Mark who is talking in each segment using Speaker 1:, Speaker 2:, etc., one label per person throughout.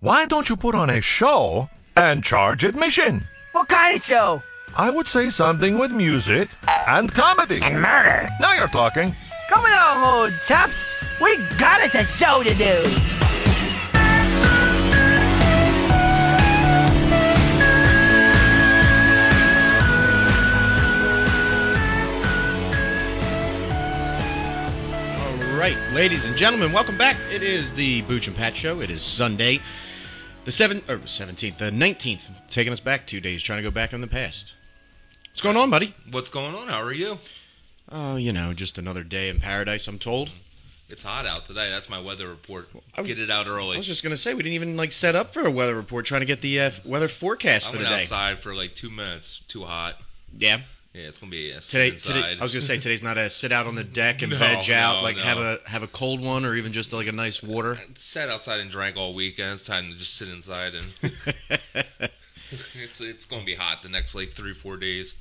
Speaker 1: Why don't you put on a show and charge admission?
Speaker 2: What kind of show?
Speaker 1: I would say something with music and comedy.
Speaker 2: And murder.
Speaker 1: Now you're talking.
Speaker 2: Come along, old chap. We got it a show to do.
Speaker 3: All right, ladies and gentlemen, welcome back. It is the Booch and Pat Show. It is Sunday, the seventh, or seventeenth, the nineteenth. Taking us back two days, trying to go back in the past. What's going on, buddy?
Speaker 4: What's going on? How are you?
Speaker 3: Oh, you know, just another day in paradise. I'm told.
Speaker 4: It's hot out today. That's my weather report.
Speaker 3: I-
Speaker 4: Get it out
Speaker 3: I
Speaker 4: early.
Speaker 3: was just gonna say we didn't even like set up for a weather report, trying to get the uh, weather forecast
Speaker 4: I
Speaker 3: for
Speaker 4: went
Speaker 3: the day.
Speaker 4: outside for like two minutes. Too hot.
Speaker 3: Yeah.
Speaker 4: Yeah, it's gonna be a sit
Speaker 3: Today,
Speaker 4: inside.
Speaker 3: today, I was gonna say today's not a sit out on the deck and
Speaker 4: No,
Speaker 3: veg out,
Speaker 4: no,
Speaker 3: like
Speaker 4: no.
Speaker 3: have a have a cold one or even just like a nice water.
Speaker 4: sat outside and drank all weekend. It's time to just sit inside and it's it's gonna be hot the next like three four days.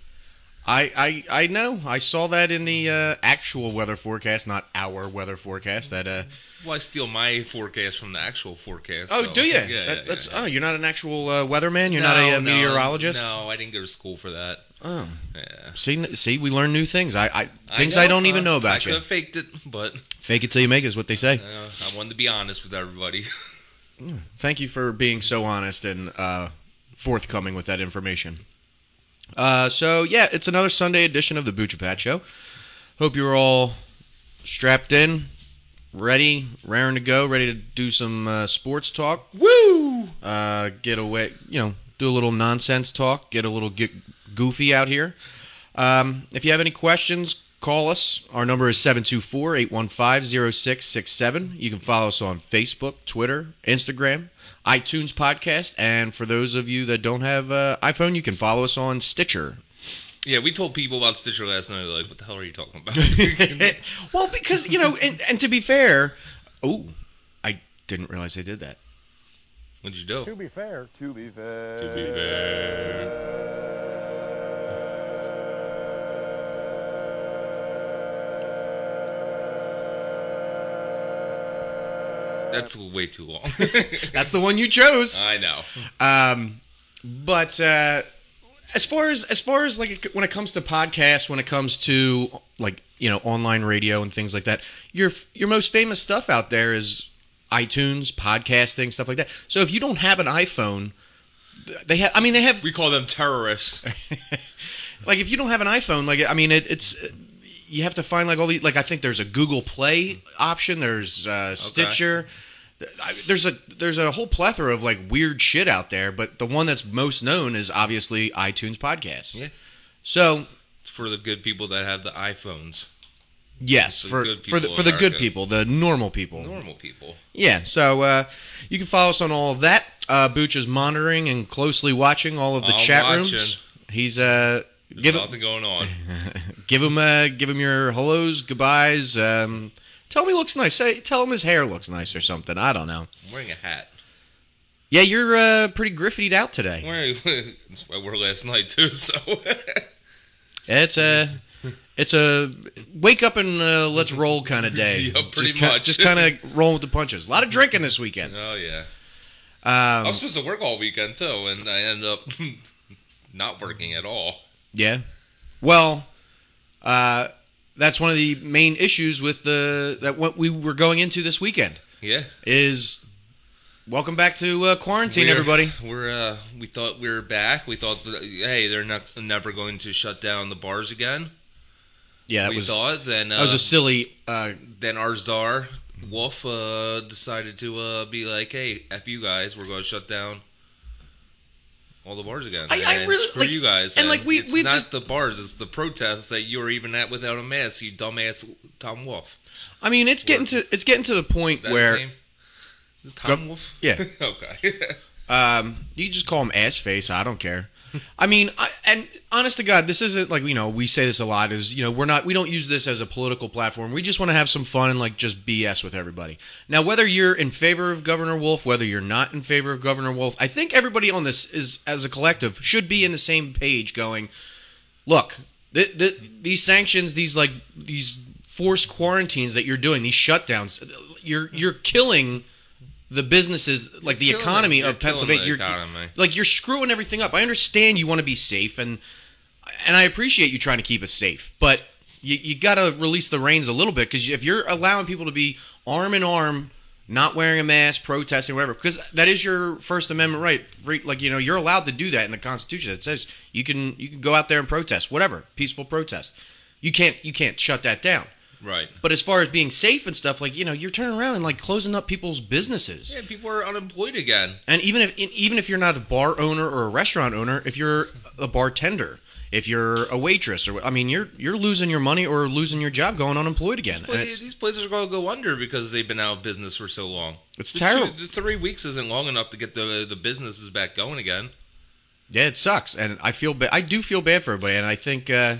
Speaker 3: I, I I know. I saw that in the uh, actual weather forecast, not our weather forecast. That uh,
Speaker 4: Well, I steal my forecast from the actual forecast.
Speaker 3: oh,
Speaker 4: so-
Speaker 3: do you?
Speaker 4: Yeah, yeah,
Speaker 3: that,
Speaker 4: yeah,
Speaker 3: that's
Speaker 4: yeah.
Speaker 3: oh, you're not an actual uh, weatherman. You're not a,
Speaker 4: No,
Speaker 3: uh,
Speaker 4: no,
Speaker 3: meteorologist.
Speaker 4: No, I didn't go to school for that.
Speaker 3: Oh,
Speaker 4: Yeah.
Speaker 3: see, n- see, we learn new things. I, I things I, don't even know
Speaker 4: Uh, I
Speaker 3: about
Speaker 4: could
Speaker 3: you.
Speaker 4: have faked it, but
Speaker 3: Fake it till you make it is what they say.
Speaker 4: uh, I wanted to be honest with everybody.
Speaker 3: Thank you for being so honest and uh, forthcoming with that information. Uh, so yeah, it's another Sunday edition of the Bucha Pat Show. Hope you're all strapped in, ready, raring to go, ready to do some uh, sports talk. Woo! Uh, get away, you know, do a little nonsense talk, get a little get goofy out here. Um, if you have any questions, call us. Our number is 724 815 0667. You can follow us on Facebook, Twitter, Instagram, iTunes Podcast, and for those of you that don't have uh, iPhone, you can follow us on Stitcher.
Speaker 4: yeah, we told people about Stitcher last night. Like, what the hell are you talking about?
Speaker 3: well, because, you know, and, and to be fair, oh, I didn't realize they did that.
Speaker 4: What'd you do?
Speaker 5: To be fair. To be fair.
Speaker 4: That's way too long.
Speaker 3: That's the one you chose.
Speaker 4: I know.
Speaker 3: Um, but uh, as far as as far as like when it comes to podcasts, when it comes to like you know online radio and things like that, your your most famous stuff out there is iTunes, podcasting, stuff like that. So if you don't have an iPhone, th- they have. I mean, they have
Speaker 4: We call them terrorists.
Speaker 3: like if you don't have an iPhone, like I mean, it, it's you have to find like all these. Like I think there's a Google Play option. There's uh, Stitcher. I- There's a there's a whole plethora of like weird shit out there, but the one that's most known is obviously iTunes podcast.
Speaker 4: Yeah.
Speaker 3: So
Speaker 4: It's for the good people that have the iPhones.
Speaker 3: yes,
Speaker 4: For the
Speaker 3: for for
Speaker 4: good
Speaker 3: the
Speaker 4: people of
Speaker 3: for the good
Speaker 4: America.
Speaker 3: people, the normal people.
Speaker 4: Normal people.
Speaker 3: Yeah. So uh, you can follow us on all of that. Uh, Booch is monitoring and closely watching all of the
Speaker 4: I'll
Speaker 3: chat
Speaker 4: watch
Speaker 3: rooms.
Speaker 4: it.
Speaker 3: He's uh
Speaker 4: There's
Speaker 3: give
Speaker 4: nothing going on.
Speaker 3: give him uh, give him your hellos, goodbyes. Um, tell him he looks nice. Say, tell him his hair looks nice or something. I don't know.
Speaker 4: I'm wearing a hat.
Speaker 3: Yeah, you're uh, pretty griffied out today.
Speaker 4: Wearing, that's what I wore last night too. So
Speaker 3: It's a it's a wake up and uh, let's roll kind of day.
Speaker 4: Yeah, pretty
Speaker 3: just ki-
Speaker 4: much.
Speaker 3: just kind of rolling with the punches. A lot of drinking this weekend.
Speaker 4: oh yeah. I
Speaker 3: Um,
Speaker 4: was supposed to work all weekend too, and I ended up not working at all.
Speaker 3: yeah. Well, uh, that's one of the main issues with the that what we were going into this weekend
Speaker 4: Yeah.
Speaker 3: is. Welcome back to uh, quarantine,
Speaker 4: We're-
Speaker 3: everybody.
Speaker 4: We're uh, we thought we were back. We thought that, hey, they're not never going to shut down the bars again.
Speaker 3: Yeah, that
Speaker 4: we
Speaker 3: was
Speaker 4: thought then. Uh,
Speaker 3: That was a silly. Uh,
Speaker 4: then our czar Wolf uh, decided to uh, be like, hey, f you guys, we're going to shut down all the bars again.
Speaker 3: I- I
Speaker 4: and
Speaker 3: really-
Speaker 4: screw
Speaker 3: like-
Speaker 4: you guys.
Speaker 3: and, like, we-
Speaker 4: it's
Speaker 3: we've
Speaker 4: not
Speaker 3: just-
Speaker 4: the bars, it's the protests that you were even at without a mask, you dumbass Tom Wolf.
Speaker 3: I mean, it's getting to it's getting to the
Speaker 4: Is
Speaker 3: point
Speaker 4: that
Speaker 3: where
Speaker 4: his name? Is it Tom
Speaker 3: Go-
Speaker 4: Wolf?
Speaker 3: yeah.
Speaker 4: okay.
Speaker 3: um, you just call him ass face. I don't care. I mean, I, and honest to God, this isn't like you know we say this a lot is you know we're not we don't use this as a political platform. We just want to have some fun and like just BS with everybody. Now, whether you're in favor of Governor Wolf, whether you're not in favor of Governor Wolf, I think everybody on this is as a collective should be in the same page going. look, th- th- these sanctions, these like these forced quarantines that you're doing, these shutdowns, you're you're killing the businesses, like the
Speaker 4: Killing
Speaker 3: economy
Speaker 4: it. You're
Speaker 3: of Pennsylvania.
Speaker 4: killing
Speaker 3: You're,
Speaker 4: the economy.
Speaker 3: like you're screwing everything up. I understand you want to be safe, and and I appreciate you trying to keep us safe, but you, you got to release the reins a little bit because if you're allowing people to be arm in arm, not wearing a mask, protesting, whatever, because that is your First Amendment right. Free- Like you know, you're allowed to do that in the Constitution. It says you can you can go out there and protest, whatever, peaceful protest. You can't you can't shut that down.
Speaker 4: Right.
Speaker 3: But as far as being safe and stuff, like you know, you're turning around and like closing up people's businesses.
Speaker 4: Yeah, people are unemployed again.
Speaker 3: And even if even if you're not a bar owner or a restaurant owner, if you're a bartender, if you're a waitress, or I mean, you're you're losing your money or losing your job, going unemployed again. And
Speaker 4: Well,
Speaker 3: it's,
Speaker 4: these places are going to go under because they've been out of business for so long.
Speaker 3: it's
Speaker 4: The
Speaker 3: terrible.
Speaker 4: Two, the three weeks isn't long enough to get the the businesses back going again.
Speaker 3: Yeah, it sucks, and I feel ba- I do feel bad for everybody, and I think uh,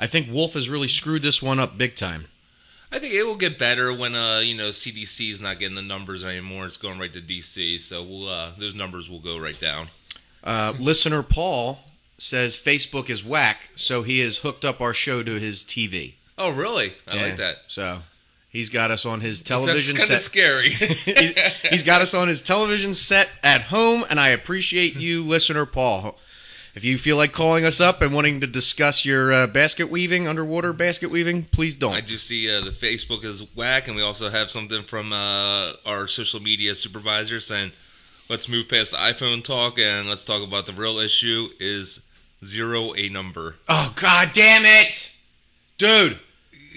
Speaker 3: I think Wolf has really screwed this one up big time.
Speaker 4: I think it will get better when uh you know CDC is not getting the numbers anymore. It's going right to DC, so we'll uh those numbers will go right down.
Speaker 3: Uh,
Speaker 4: Mm-hmm.
Speaker 3: listener Paul says Facebook is whack, so he has hooked up our show to his TV.
Speaker 4: Oh really? I
Speaker 3: Yeah,
Speaker 4: like that.
Speaker 3: So he's got us on his television
Speaker 4: That's kind
Speaker 3: set.
Speaker 4: of scary.
Speaker 3: he's, he's got us on his television set at home, and I appreciate you, listener Paul. If you feel like calling us up and wanting to discuss your uh, basket weaving, underwater basket weaving, please don't.
Speaker 4: I do see uh, the Facebook is whack, and we also have something from uh, our social media supervisor saying, "Let's move past iPhone talk and let's talk about the real issue: is zero a number?"
Speaker 3: Oh God damn it, dude!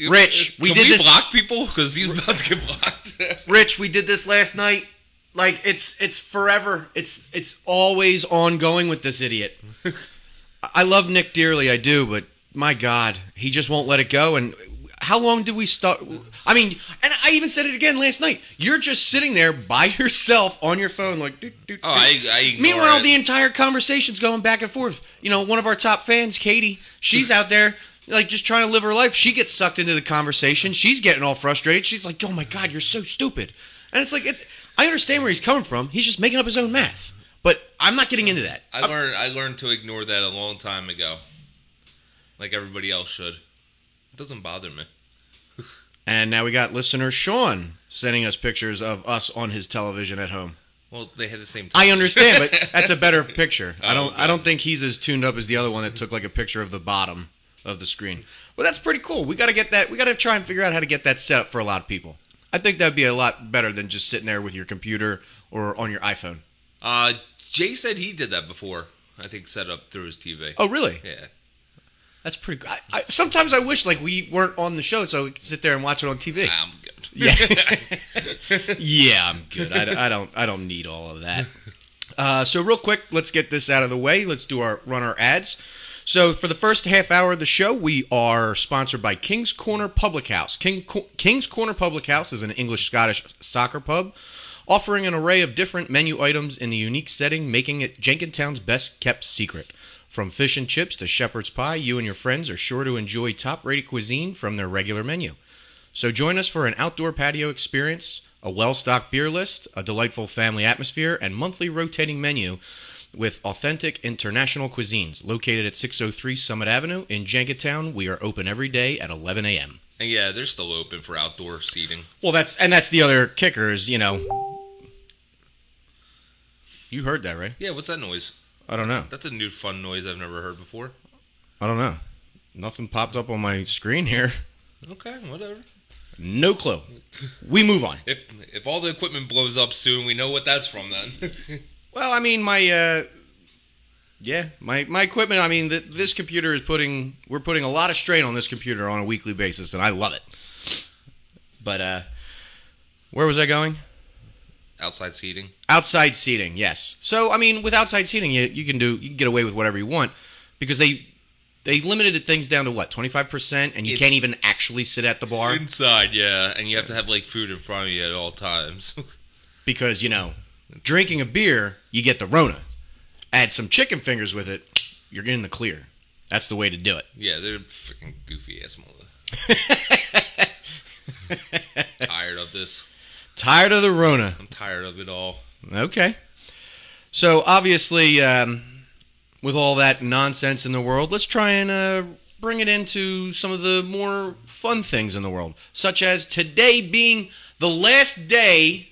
Speaker 3: Rich, we
Speaker 4: Can
Speaker 3: did
Speaker 4: we
Speaker 3: this-
Speaker 4: block people because he's about to get blocked.
Speaker 3: Rich, we did this last night. Like it's it's forever. It's it's always ongoing with this idiot. I- I love Nick dearly, I do, but my God, he just won't let it go. And how long did we start? I mean, and I even said it again last night. You're just sitting there by yourself on your phone, like. doot, doot,
Speaker 4: oh, I,
Speaker 3: doot.
Speaker 4: I ignore
Speaker 3: Meanwhile,
Speaker 4: it.
Speaker 3: the entire conversation's going back and forth. You know, one of our top fans, Katie, she's out there like just trying to live her life. She gets sucked into the conversation. She's getting all frustrated. She's like, "Oh my god, you're so stupid." And it's like, it, I understand where he's coming from. He's just making up his own math. But I'm not getting into that.
Speaker 4: I learned I learned to ignore that a long time ago, like everybody else should. It doesn't bother me.
Speaker 3: And now we got listener Sean sending us pictures of us on his television at home.
Speaker 4: Well, they had the same. Time.
Speaker 3: I understand, but that's a better picture. I don't I
Speaker 4: okay.
Speaker 3: don't think he's as tuned up as the other one that took like a picture of the bottom of the screen. But that's pretty cool. We gotta get that we gotta try and figure out how to get that set up for a lot of people. I think that'd be a lot better than just sitting there with your computer or on your iPhone.
Speaker 4: Uh, Jay said he did that before. I think set up through his TV.
Speaker 3: Oh really?
Speaker 4: Yeah.
Speaker 3: That's pretty cool. I, I, sometimes I wish like we weren't on the show so we could sit there and watch it on TV.
Speaker 4: I'm good.
Speaker 3: Yeah. yeah, I'm good. I, I don't I don't need all of that. Uh, so real quick, let's get this out of the way. Let's do our run our ads. So for the first half hour of the show, we are sponsored by King's Corner Public House. King, Co- King's Corner Public House is an English Scottish soccer pub offering an array of different menu items in the unique setting, making it Jenkintown's best kept secret. From fish and chips to shepherd's pie, you and your friends are sure to enjoy top-rated cuisine from their regular menu. So join us for an outdoor patio experience, a well stocked beer list, a delightful family atmosphere, and monthly rotating menu with authentic international cuisines. Located at 603 Summit Avenue in Jenkintown, we are open every day at 11 a.m.
Speaker 4: And yeah, they're still open for outdoor seating.
Speaker 3: Well, that's and that's the other kicker is you know. You heard that right?
Speaker 4: Yeah, what's that noise?
Speaker 3: I don't know.
Speaker 4: That's a new fun noise I've never heard before.
Speaker 3: I don't know. Nothing popped up on my screen here.
Speaker 4: Okay, whatever.
Speaker 3: No clue. We move on.
Speaker 4: If if all the equipment blows up soon, we know what that's from then.
Speaker 3: Well, I mean, my uh, yeah, my my equipment. I mean, th- this computer is putting we're putting a lot of strain on this computer on a weekly basis, and I love it. But uh, where was I going?
Speaker 4: Outside seating.
Speaker 3: Outside seating, yes. So I mean, with outside seating, you you can do you can get away with whatever you want because they they limited things down to what twenty five percent, and you
Speaker 4: It's-
Speaker 3: can't even actually sit at the bar
Speaker 4: Inside, yeah, and you have to have like food in front of you at all times.
Speaker 3: because you know drinking a beer you get the Rona. Add some chicken fingers with it, you're in the clear. That's the way to do it.
Speaker 4: yeah, they're freaking goofy ass mother. Tired of this.
Speaker 3: Tired of the Rona.
Speaker 4: I'm tired of it all.
Speaker 3: Okay. So obviously, um, with all that nonsense in the world, let's try and uh, bring it into some of the more fun things in the world, such as today being the last day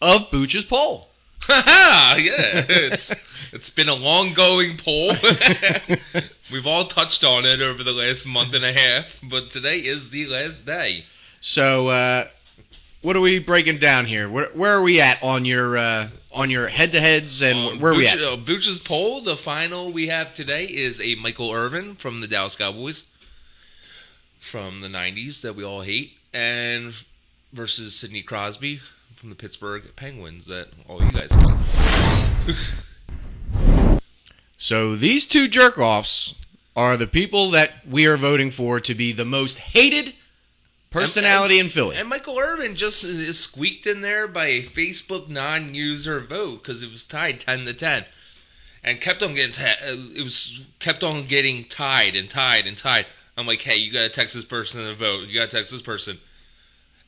Speaker 3: of Booch's poll.
Speaker 4: yeah, it's it's been a long going poll. We've all touched on it over the last month and a half, but today is the last day.
Speaker 3: So, uh, what are we breaking down here? Where, where are we at on your uh, on your head to heads and
Speaker 4: Uh,
Speaker 3: where are we
Speaker 4: Booch-
Speaker 3: at?
Speaker 4: uh, Booch's poll, the final we have today is a Michael Irvin from the Dallas Cowboys from the 90s that we all hate, and versus Sidney Crosby from the Pittsburgh Penguins that all you guys hate.
Speaker 3: So these two jerk offs are the people that we are voting for to be the most hated personality in Philly.
Speaker 4: and Michael Irvin just is squeaked in there by a Facebook non user vote because it was tied 10 to 10. And kept on getting ta- uh, it was kept on getting tied and tied and tied. I'm like, hey, you gotta text this person to vote. You gotta text this person.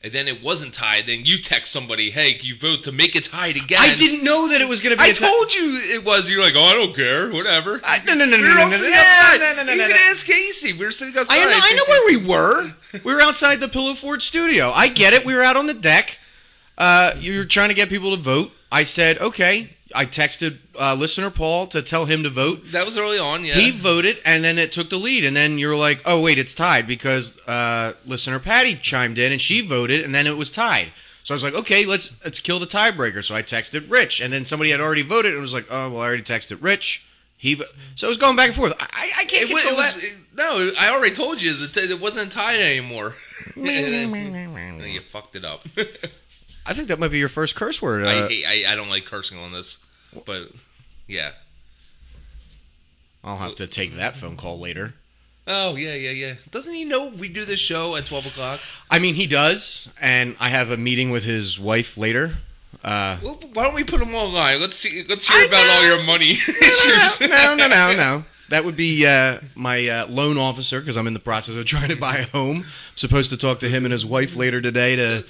Speaker 4: And then it wasn't tied. Then you text somebody, hey, can you vote to make it tied again?
Speaker 3: I didn't know that it was going to be.
Speaker 4: I
Speaker 3: a ti-
Speaker 4: told you it was. You're like, oh, I don't care, whatever.
Speaker 3: I- no, no, no,
Speaker 4: we
Speaker 3: no,
Speaker 4: were
Speaker 3: no,
Speaker 4: all
Speaker 3: no,
Speaker 4: sitting
Speaker 3: no,
Speaker 4: outside.
Speaker 3: no, no, no, no,
Speaker 4: Even
Speaker 3: no.
Speaker 4: ask Casey. We were sitting outside.
Speaker 3: I know, I know where we were. We were outside the Pillow Fort studio. I get it. We were out on the deck. Uh, you were trying to get people to vote. I said, okay. I texted uh, listener Paul to tell him to vote.
Speaker 4: That was early on, yeah.
Speaker 3: He voted, and then it took the lead. And then you're like, oh, wait, it's tied because uh, listener Patty chimed in and she voted, and then it was tied. So I was like, okay, let's let's kill the tiebreaker. So I texted Rich, and then somebody had already voted and was like, oh, well, I already texted Rich. He vo-. so it was going back and forth. I, I can't
Speaker 4: It was,
Speaker 3: control
Speaker 4: it was
Speaker 3: that.
Speaker 4: it- no. I already told you that it wasn't tied anymore. and then, and then you fucked it up.
Speaker 3: I think that might be your first curse word.
Speaker 4: I
Speaker 3: uh,
Speaker 4: hate. I, I don't like cursing on this, but yeah.
Speaker 3: I'll have to take that phone call later.
Speaker 4: Oh yeah, yeah, yeah. Doesn't he know we do this show at twelve o'clock?
Speaker 3: I mean, he does, and I have a meeting with his wife later. Uh,
Speaker 4: Well, why don't we put him online? Let's see. Let's hear about all your money issues.
Speaker 3: no, no, no, no. That would be uh, my uh, loan officer because I'm in the process of trying to buy a home. I'm supposed to talk to him and his wife later today to.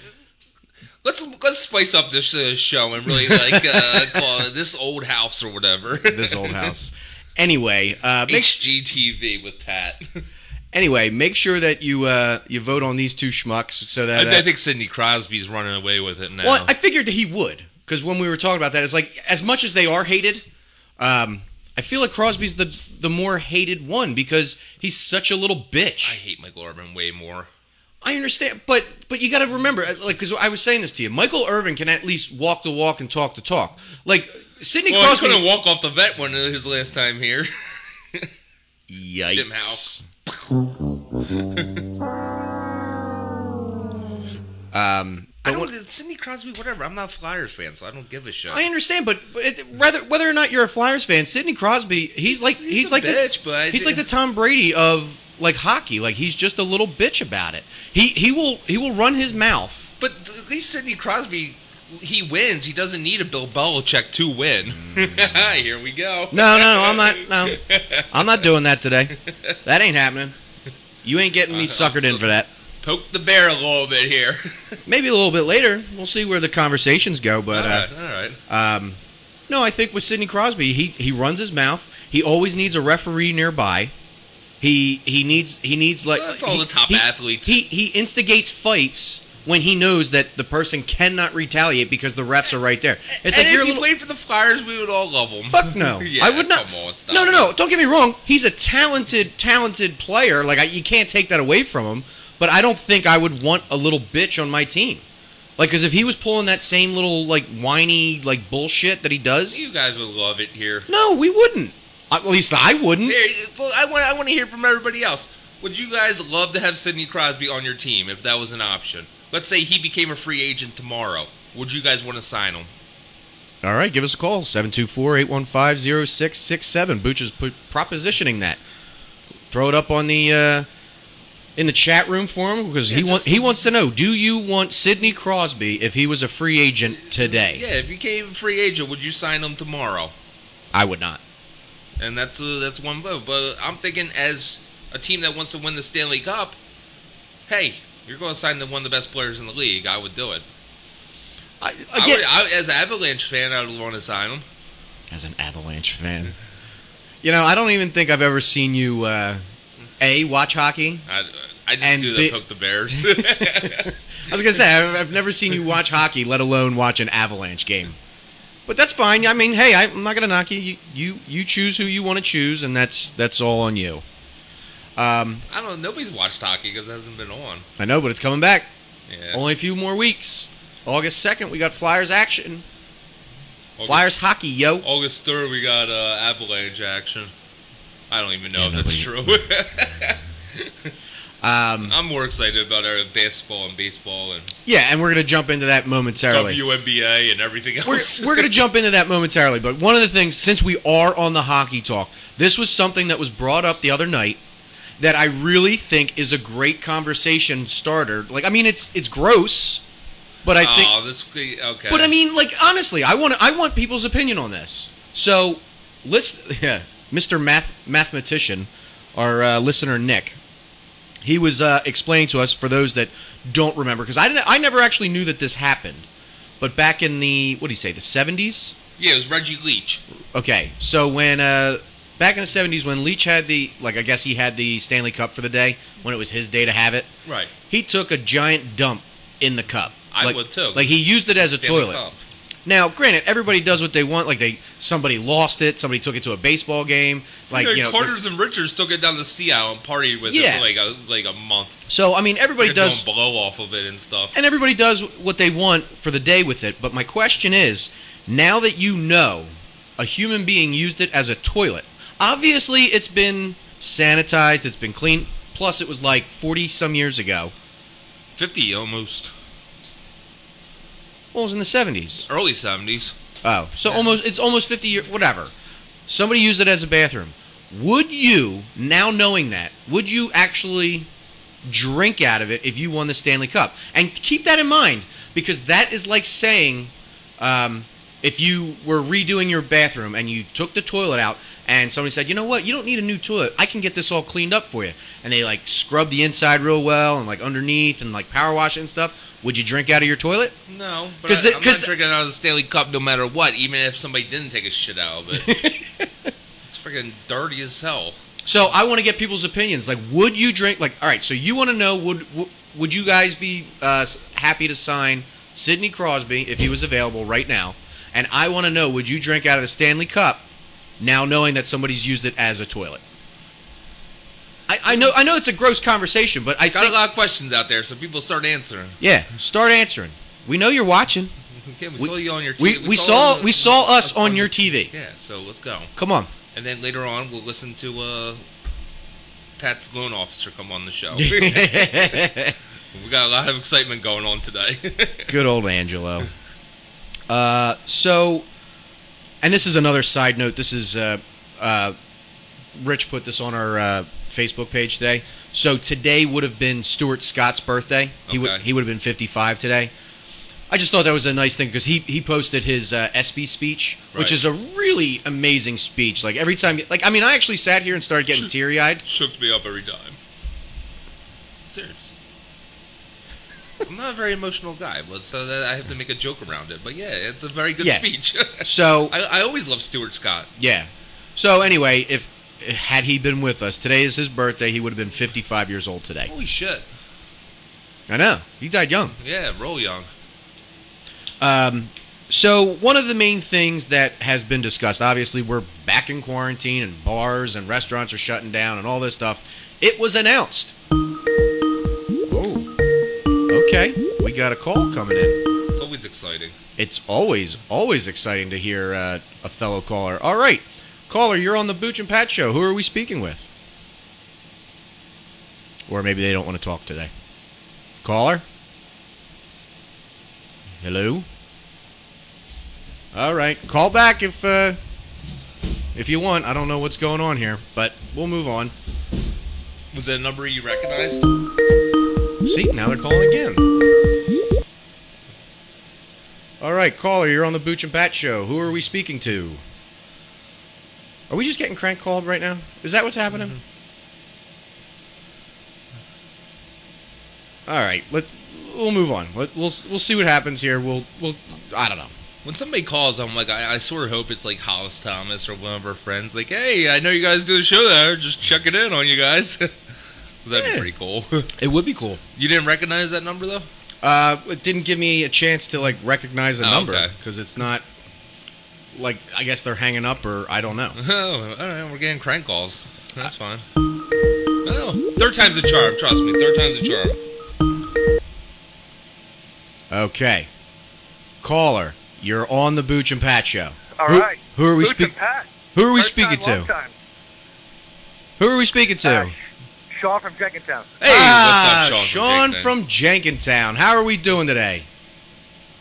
Speaker 4: Let's let's spice up this uh, show and really like uh, call it this old house or whatever.
Speaker 3: this old house. Anyway, uh, make su-
Speaker 4: HGTV with Pat.
Speaker 3: anyway, make sure that you uh, you vote on these two schmucks so that. Uh,
Speaker 4: I, I think Sidney Crosby's running away with it now.
Speaker 3: Well, I figured that he would because when we were talking about that, it's like as much as they are hated, um, I feel like Crosby's the the more hated one because he's such a little bitch.
Speaker 4: I hate Michael Irvin way more.
Speaker 3: I understand, but but you got to remember, uh, like, because I was saying this to you, Michael Irvin can at least walk the walk and talk the talk. Like Sidney
Speaker 4: Well, he
Speaker 3: Crosby.
Speaker 4: couldn't walk off the vet one of his last time here.
Speaker 3: Yikes.
Speaker 4: Tim House.
Speaker 3: Um,
Speaker 4: I don't. Sidney Crosby, whatever. I'm not a Flyers fan, so I don't give a shit.
Speaker 3: I understand, but, but it, whether whether or not you're a Flyers fan, Sidney Crosby, he's like he's,
Speaker 4: a
Speaker 3: like
Speaker 4: bitch,
Speaker 3: the,
Speaker 4: but I
Speaker 3: he's
Speaker 4: do-
Speaker 3: like the Tom Brady of like hockey. Like he's just a little bitch about it. He he will he will run his mouth.
Speaker 4: But at least Sidney Crosby, he wins. He doesn't need a Bill Belichick to win. here we go.
Speaker 3: Mm. No, no, no, I'm not. No, I'm not doing that today. That ain't happening. You ain't getting
Speaker 4: Uh-huh.
Speaker 3: me suckered in for that.
Speaker 4: Poke the bear a little bit here.
Speaker 3: Maybe a little bit later. We'll see where the conversations go. But
Speaker 4: all
Speaker 3: uh,
Speaker 4: right, all right.
Speaker 3: um, no, I think with Sidney Crosby, he he runs his mouth. He always needs a referee nearby. He he needs he needs like
Speaker 4: That's all
Speaker 3: he-
Speaker 4: the top
Speaker 3: he-
Speaker 4: athletes.
Speaker 3: He he instigates fights when he knows that the person cannot retaliate because the refs are right there. It's
Speaker 4: and
Speaker 3: like
Speaker 4: if
Speaker 3: you're a
Speaker 4: he
Speaker 3: little,
Speaker 4: played for the Flyers, we would all love him.
Speaker 3: Fuck no.
Speaker 4: yeah,
Speaker 3: I would not.
Speaker 4: Come on, stop
Speaker 3: no, no,
Speaker 4: it.
Speaker 3: no. Don't get me wrong. He's a talented, talented player. Like I, you can't take that away from him. But I don't think I would want a little bitch on my team. Like, because if he was pulling that same little like whiny like bullshit that he does,
Speaker 4: You guys would love it here.
Speaker 3: no, we wouldn't. At least I wouldn't.
Speaker 4: Here, well, I want I want to hear from everybody else. Would you guys love to have Sidney Crosby on your team if that was an option? Let's say he became a free agent tomorrow. Would you guys want to sign him?
Speaker 3: All right, give us a call 724-815-0667. Booch is pu- propositioning that. Throw it up on the uh, in the chat room for him because he wants he wants to know, do you want Sidney Crosby if he was a free agent today?
Speaker 4: Yeah, if he became a free agent, would you sign him tomorrow?
Speaker 3: I would not.
Speaker 4: And that's uh, that's one vote. But I'm thinking as a team that wants to win the Stanley Cup, hey, you're going to sign the one of the best players in the league. I would do it.
Speaker 3: I,
Speaker 4: I
Speaker 3: again,
Speaker 4: would, I, as an Avalanche fan, I would want to sign him.
Speaker 3: as an Avalanche fan, you know, I don't even think I've ever seen you uh, a watch hockey
Speaker 4: I, I just
Speaker 3: And
Speaker 4: do the
Speaker 3: be-
Speaker 4: poke the bears.
Speaker 3: I was gonna say I've, I've never seen you watch hockey, let alone watch an Avalanche game. But that's fine. I mean, hey, I, I'm not gonna knock you. You you, you choose who you want to choose, and that's that's all on you. Um,
Speaker 4: I don't know. Nobody's watched hockey because it hasn't been on.
Speaker 3: I know, but it's coming back.
Speaker 4: Yeah.
Speaker 3: Only a few more weeks. August second, we got Flyers action.
Speaker 4: August- Oh.
Speaker 3: Flyers hockey, yo.
Speaker 4: August third, we got uh, Avalanche action. I don't even
Speaker 3: Yeah,
Speaker 4: know if that's true.
Speaker 3: nobody- Um,
Speaker 4: I'm more excited about our basketball and baseball and
Speaker 3: yeah, and we're gonna jump into that momentarily.
Speaker 4: WNBA and everything
Speaker 3: we're,
Speaker 4: else.
Speaker 3: we're going to jump into that momentarily, but one of the things, since we are on the hockey talk, this was something that was brought up the other night that I really think is a great conversation starter. Like, I mean, it's it's gross, but I think,
Speaker 4: oh, this okay.
Speaker 3: but I mean, like, honestly, I want I want people's opinion on this. So, let's, yeah, Mr. Math mathematician, our uh, listener Nick, he was uh, explaining to us for those that don't remember, because I didn't, I never actually knew that this happened. But back in the what do you say, the 70s?
Speaker 4: yeah, it was Reggie Leach.
Speaker 3: Okay, so when uh, back in the 70s, when Leach had the like, I guess he had the Stanley Cup for the day when it was his day to have it.
Speaker 4: Right.
Speaker 3: He took a giant dump in the cup.
Speaker 4: I
Speaker 3: like,
Speaker 4: would too.
Speaker 3: Like he used it as a
Speaker 4: Stanley
Speaker 3: toilet.
Speaker 4: Cup.
Speaker 3: Now, granted, everybody does what they want. Like they, somebody lost it, somebody took it to a baseball game. Like
Speaker 4: yeah,
Speaker 3: you know,
Speaker 4: Carter's and Richards took it down to Sea Isle and partied with
Speaker 3: Yeah.
Speaker 4: it for like a like a month.
Speaker 3: so I mean, everybody
Speaker 4: They're
Speaker 3: does.
Speaker 4: doing blow off of it and stuff.
Speaker 3: and everybody does what they want for the day with it. But my question is, now that you know a human being used it as a toilet, obviously it's been sanitized, it's been cleaned. Plus, it was like 40 some years ago.
Speaker 4: Fifty almost.
Speaker 3: Well, it was in the 70s.
Speaker 4: Early seventies.
Speaker 3: Oh, so
Speaker 4: Yeah.
Speaker 3: almost it's almost 50 years, whatever. Somebody used it as a bathroom. Would you, now knowing that, would you actually drink out of it if you won the Stanley Cup? And keep that in mind because that is like saying um, if you were redoing your bathroom and you took the toilet out and somebody said, you know what, you don't need a new toilet. I can get this all cleaned up for you. And they like scrub the inside real well and like underneath and like power wash it and stuff. Would you drink out of your toilet?
Speaker 4: No, but
Speaker 3: 'Cause
Speaker 4: I,
Speaker 3: the-
Speaker 4: I'm
Speaker 3: 'cause-
Speaker 4: not drinking out of the Stanley Cup no matter what, even if somebody didn't take a shit out of it. it's freaking dirty as hell.
Speaker 3: So I want to get people's opinions. Like, would you drink? Like, all right. So you want to know would w- would you guys be uh, s- happy to sign Sidney Crosby if he was available right now? And I want to know would you drink out of the Stanley Cup now knowing that somebody's used it as a toilet? I, I know I know it's a gross conversation, but I
Speaker 4: Got a
Speaker 3: think
Speaker 4: lot of questions out there, so people start answering.
Speaker 3: yeah. Start answering. We know you're watching.
Speaker 4: Okay, we,
Speaker 3: We-
Speaker 4: saw you on your.
Speaker 3: we-
Speaker 4: TV.
Speaker 3: we saw-
Speaker 4: you-
Speaker 3: we saw us on your TV.
Speaker 4: Yeah, so let's go.
Speaker 3: Come on.
Speaker 4: And then later on, we'll listen to uh, Pat's loan officer come on the show.
Speaker 3: Good
Speaker 4: we got a lot of excitement going on today.
Speaker 3: old Angelo. Uh, so, and this is another side note. This is uh, uh, Rich put this on our uh, Facebook page today. So today would have been Stuart Scott's birthday. He would
Speaker 4: Okay.
Speaker 3: he would have been 55 today. I just thought that was a nice thing because he, he posted his uh, SB speech, which
Speaker 4: Right.
Speaker 3: is a really amazing speech. Like every time, like I mean, I actually sat here and started getting teary eyed.
Speaker 4: Shook me up every time. Serious. I'm not a very emotional guy, but so that I have to make a joke around it. But yeah, it's a very good
Speaker 3: Yeah.
Speaker 4: speech.
Speaker 3: So
Speaker 4: I, I always love Stuart Scott.
Speaker 3: Yeah. So anyway, if had he been with us, today is his birthday. He would have been 55 years old today.
Speaker 4: Holy shit.
Speaker 3: I know. He died young.
Speaker 4: Yeah, roll young.
Speaker 3: Um, so one of the main things that has been discussed, obviously, we're back in quarantine and bars and restaurants are shutting down and all this stuff. It was announced. Oh. Okay. We got a call coming in.
Speaker 4: It's always exciting.
Speaker 3: It's always, always exciting to hear uh, a fellow caller. All right. Caller, you're on the Booch and Pat show. Who are we speaking with? Or maybe they don't want to talk today. Caller? Hello? All right. Call back if uh, if you want. I don't know what's going on here, but we'll move on.
Speaker 4: Was that a number you recognized?
Speaker 3: See, now they're calling again. All right, caller, you're on the Booch and Pat show. Who are we speaking to? Are we just getting crank called right now? Is that what's happening? All right, let we'll move on. Let, we'll we'll see what happens here. We'll we'll I don't know.
Speaker 4: When somebody calls, I'm like, I, I sort of hope it's like Hollis Thomas or one of our friends. Like, hey, I know you guys do a show there. Just checking in on you guys. 'Cause That'd
Speaker 3: Yeah.
Speaker 4: be pretty cool.
Speaker 3: It would be cool.
Speaker 4: you didn't recognize that number though?
Speaker 3: Uh, it didn't give me a chance to like recognize a
Speaker 4: Oh,
Speaker 3: number
Speaker 4: okay.
Speaker 3: because it's not like I guess they're hanging up or I don't know.
Speaker 4: Oh, all right, we're getting crank calls. That's fine. Oh, third time's a charm. Trust me, third time's a charm.
Speaker 3: Okay, caller, you're on the Booch and Pat show.
Speaker 6: All
Speaker 3: who,
Speaker 6: right.
Speaker 3: Who are we
Speaker 6: Boots and
Speaker 3: speaking?
Speaker 6: Pat.
Speaker 3: Who are we
Speaker 6: First
Speaker 3: speaking
Speaker 6: time,
Speaker 3: to?
Speaker 6: long time.
Speaker 3: Who are we speaking to?
Speaker 6: Uh, Shaw from Jenkintown.
Speaker 4: Hey,
Speaker 3: ah,
Speaker 4: what's up, Sean?
Speaker 3: Sean from Jenkintown. How are we doing today?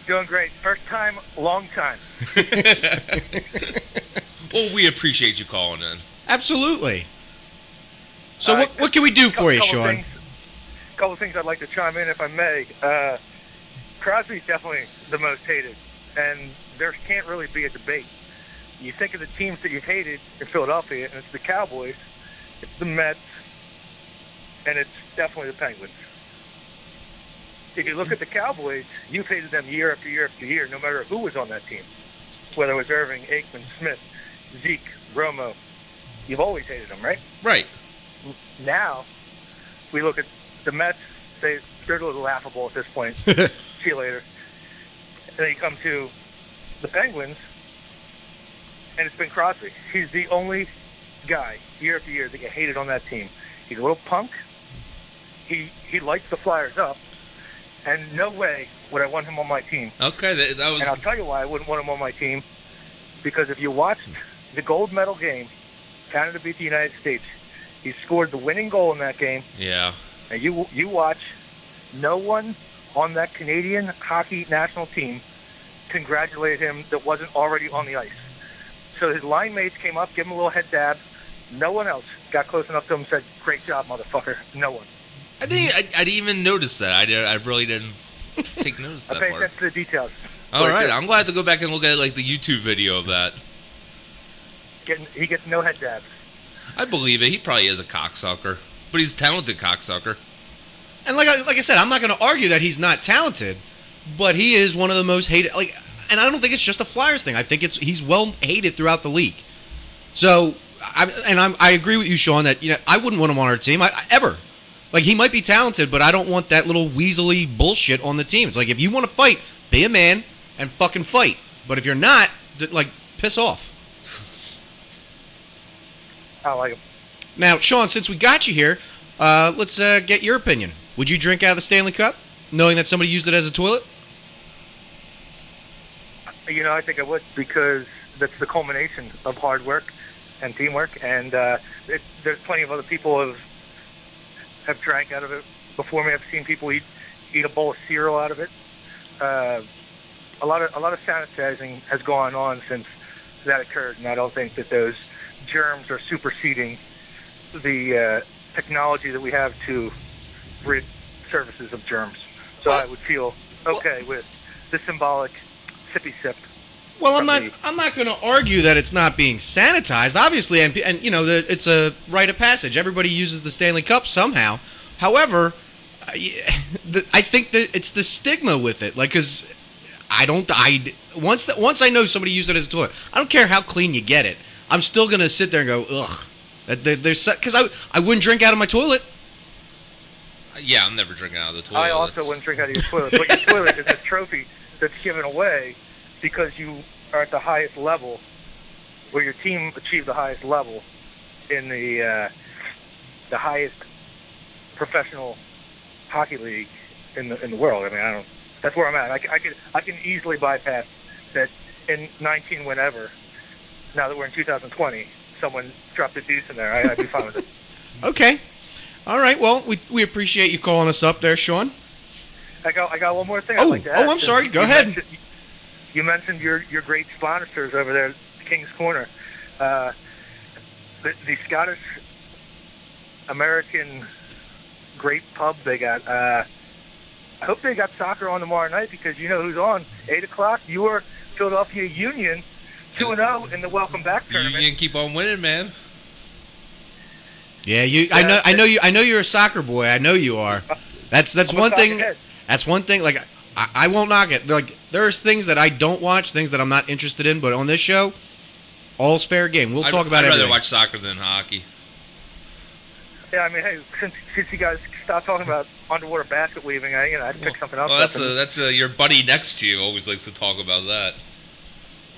Speaker 6: Doing great. First time, long time.
Speaker 4: Jakeman? well, we appreciate you calling in.
Speaker 3: Absolutely. So
Speaker 6: Uh,
Speaker 3: what, what can we do
Speaker 6: Cou-
Speaker 3: for you,
Speaker 6: couple
Speaker 3: Sean?
Speaker 6: Things, couple things I'd like to chime in, if I may. Uh, Crosby's definitely the most hated, and there can't really be a debate. You think of the teams that you've hated in Philadelphia, and it's the Cowboys, it's the Mets, and it's definitely the Penguins. If you look at the Cowboys, you've hated them year after year after year, no matter who was on that team, whether it was Irving, Aikman, Smith, Zeke, Romo. You've always hated them, right?
Speaker 4: Right.
Speaker 6: now we look at the Mets. They they're a little laughable at this point. See you later. And then you come to the Penguins, and it's been Crosby. He's the only guy year after year that get hated on that team. He's a little punk. He he lights the Flyers up, and no way would I want him on my team.
Speaker 4: Okay, that, that was.
Speaker 6: And I'll tell you why I wouldn't want him on my team. Because if you watched the gold medal game, Canada beat the United States. He scored the winning goal in that game.
Speaker 4: Yeah.
Speaker 6: And you you watch, no one on that Canadian hockey national team congratulated him that wasn't already on the ice. So his line mates came up, gave him a little head dab. No one else got close enough to him and said, "Great job, motherfucker." No one.
Speaker 4: I didn't. I, I didn't even notice that. I, did, I really didn't take notice
Speaker 6: I
Speaker 4: of that
Speaker 6: pay
Speaker 4: part.
Speaker 6: attention to the details.
Speaker 4: All
Speaker 6: Like,
Speaker 4: right,
Speaker 6: uh,
Speaker 4: I'm glad to go back and look at like the YouTube video of that.
Speaker 6: Getting, he gets no head dabs.
Speaker 4: I believe it. He probably is a cocksucker, but he's a talented cocksucker.
Speaker 3: And like I, like I said, I'm not going to argue that he's not talented, but he is one of the most hated. Like, and I don't think it's just a Flyers thing. I think it's he's well hated throughout the league. So, I, and I'm, I agree with you, Sean, that you know I wouldn't want him on our team I, I- ever. Like he might be talented, but I don't want that little weaselly bullshit on the team. It's like if you want to fight, be a man and fucking fight. But if you're not, th- like piss off.
Speaker 6: I don't like him.
Speaker 3: Now, Sean, since we got you here, uh, let's uh, get your opinion. Would you drink out of the Stanley Cup, knowing that somebody used it as a toilet?
Speaker 6: You know, I think I would because that's the culmination of hard work and teamwork, and uh, it, there's plenty of other people have have drank out of it before me. I've seen people eat eat a bowl of cereal out of it. Uh, a lot of a lot of sanitizing has gone on since that occurred, and I don't think that those germs are superseding the uh, technology that we have to rid surfaces of germs. So I would feel okay with the symbolic sippy sip.
Speaker 3: Well, I'm
Speaker 6: From
Speaker 3: not.
Speaker 6: the-
Speaker 3: I'm not going to argue that it's not being sanitized, obviously, and and you know the, it's a rite of passage. Everybody uses the Stanley Cup somehow. However, I, the, I think that it's the stigma with it, like because I don't. I once that once I know somebody used it as a toilet, I don't care how clean you get it. I'm still going to sit there and go ugh. That there, there's because I I wouldn't drink out of my toilet.
Speaker 4: Yeah, I'm never drinking out of the toilet.
Speaker 6: I also
Speaker 4: That's-
Speaker 6: wouldn't drink out of your toilet, but your toilet is a trophy that's given away because you are at the highest level, where your team achieved the highest level in the uh, the highest professional hockey league in the in the world. I mean, I don't. That's where I'm at. I, c- I could I can easily bypass that in 19 whenever. Now that we're in 2020, someone dropped a deuce in there. I, I'd be fine with it.
Speaker 3: Okay. All right. Well, we we appreciate you calling us up there, Sean.
Speaker 6: I got, I got one more thing
Speaker 3: Oh,
Speaker 6: I'd like to
Speaker 3: oh,
Speaker 6: ask.
Speaker 3: I'm sorry. Go
Speaker 6: You
Speaker 3: ahead.
Speaker 6: mentioned- you mentioned your, your great sponsors over there, King's Corner. Uh, the, the Scottish American great pub they got. Uh, I hope they got soccer on tomorrow night because you know who's on. 8 o'clock, your Philadelphia Union 2 and 0 in the Welcome Back
Speaker 4: You,
Speaker 6: tournament.
Speaker 4: you can keep on winning, man.
Speaker 3: Yeah, you. I
Speaker 6: Yeah,
Speaker 3: know. I
Speaker 6: it-
Speaker 3: know you. I know you're a soccer boy. I know you are. That's that's
Speaker 6: I'm a
Speaker 3: one thing.
Speaker 6: soccer head.
Speaker 3: That's one thing. Like I, I won't knock it. Like there's things that I don't watch, things that I'm not interested in. But on this show, all's fair game. We'll
Speaker 4: I'd-
Speaker 3: talk about
Speaker 4: I'd rather
Speaker 3: everything.
Speaker 4: watch soccer than hockey.
Speaker 6: Yeah, I mean, hey, since since you guys stopped talking about underwater basket weaving, I you know I'd pick something else.
Speaker 4: Well, that's
Speaker 6: up
Speaker 4: a,
Speaker 6: and-
Speaker 4: that's a, your buddy next to you always likes to talk about that.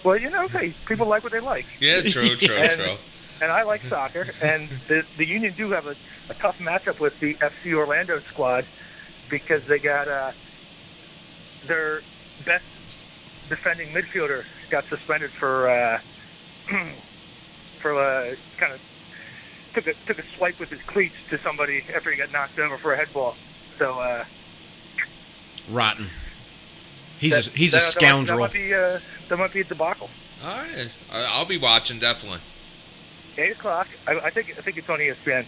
Speaker 6: well, you know, hey, people like what they like,
Speaker 4: Yeah, true, true,
Speaker 6: And-
Speaker 4: true.
Speaker 6: and I like soccer, and the the Union do have a, a tough matchup with the FC Orlando squad because they got uh their best defending midfielder got suspended for uh for uh kind of took a took a swipe with his cleats to somebody after he got knocked over for a head ball. So. uh
Speaker 3: Rotten. He's a,
Speaker 6: That-
Speaker 3: he's a
Speaker 6: that- that might-
Speaker 3: scoundrel.
Speaker 6: That might, be, uh, that might be a debacle.
Speaker 4: All right, I- I'll be watching definitely.
Speaker 6: Eight o'clock. I, I think I think it's on E ESPN.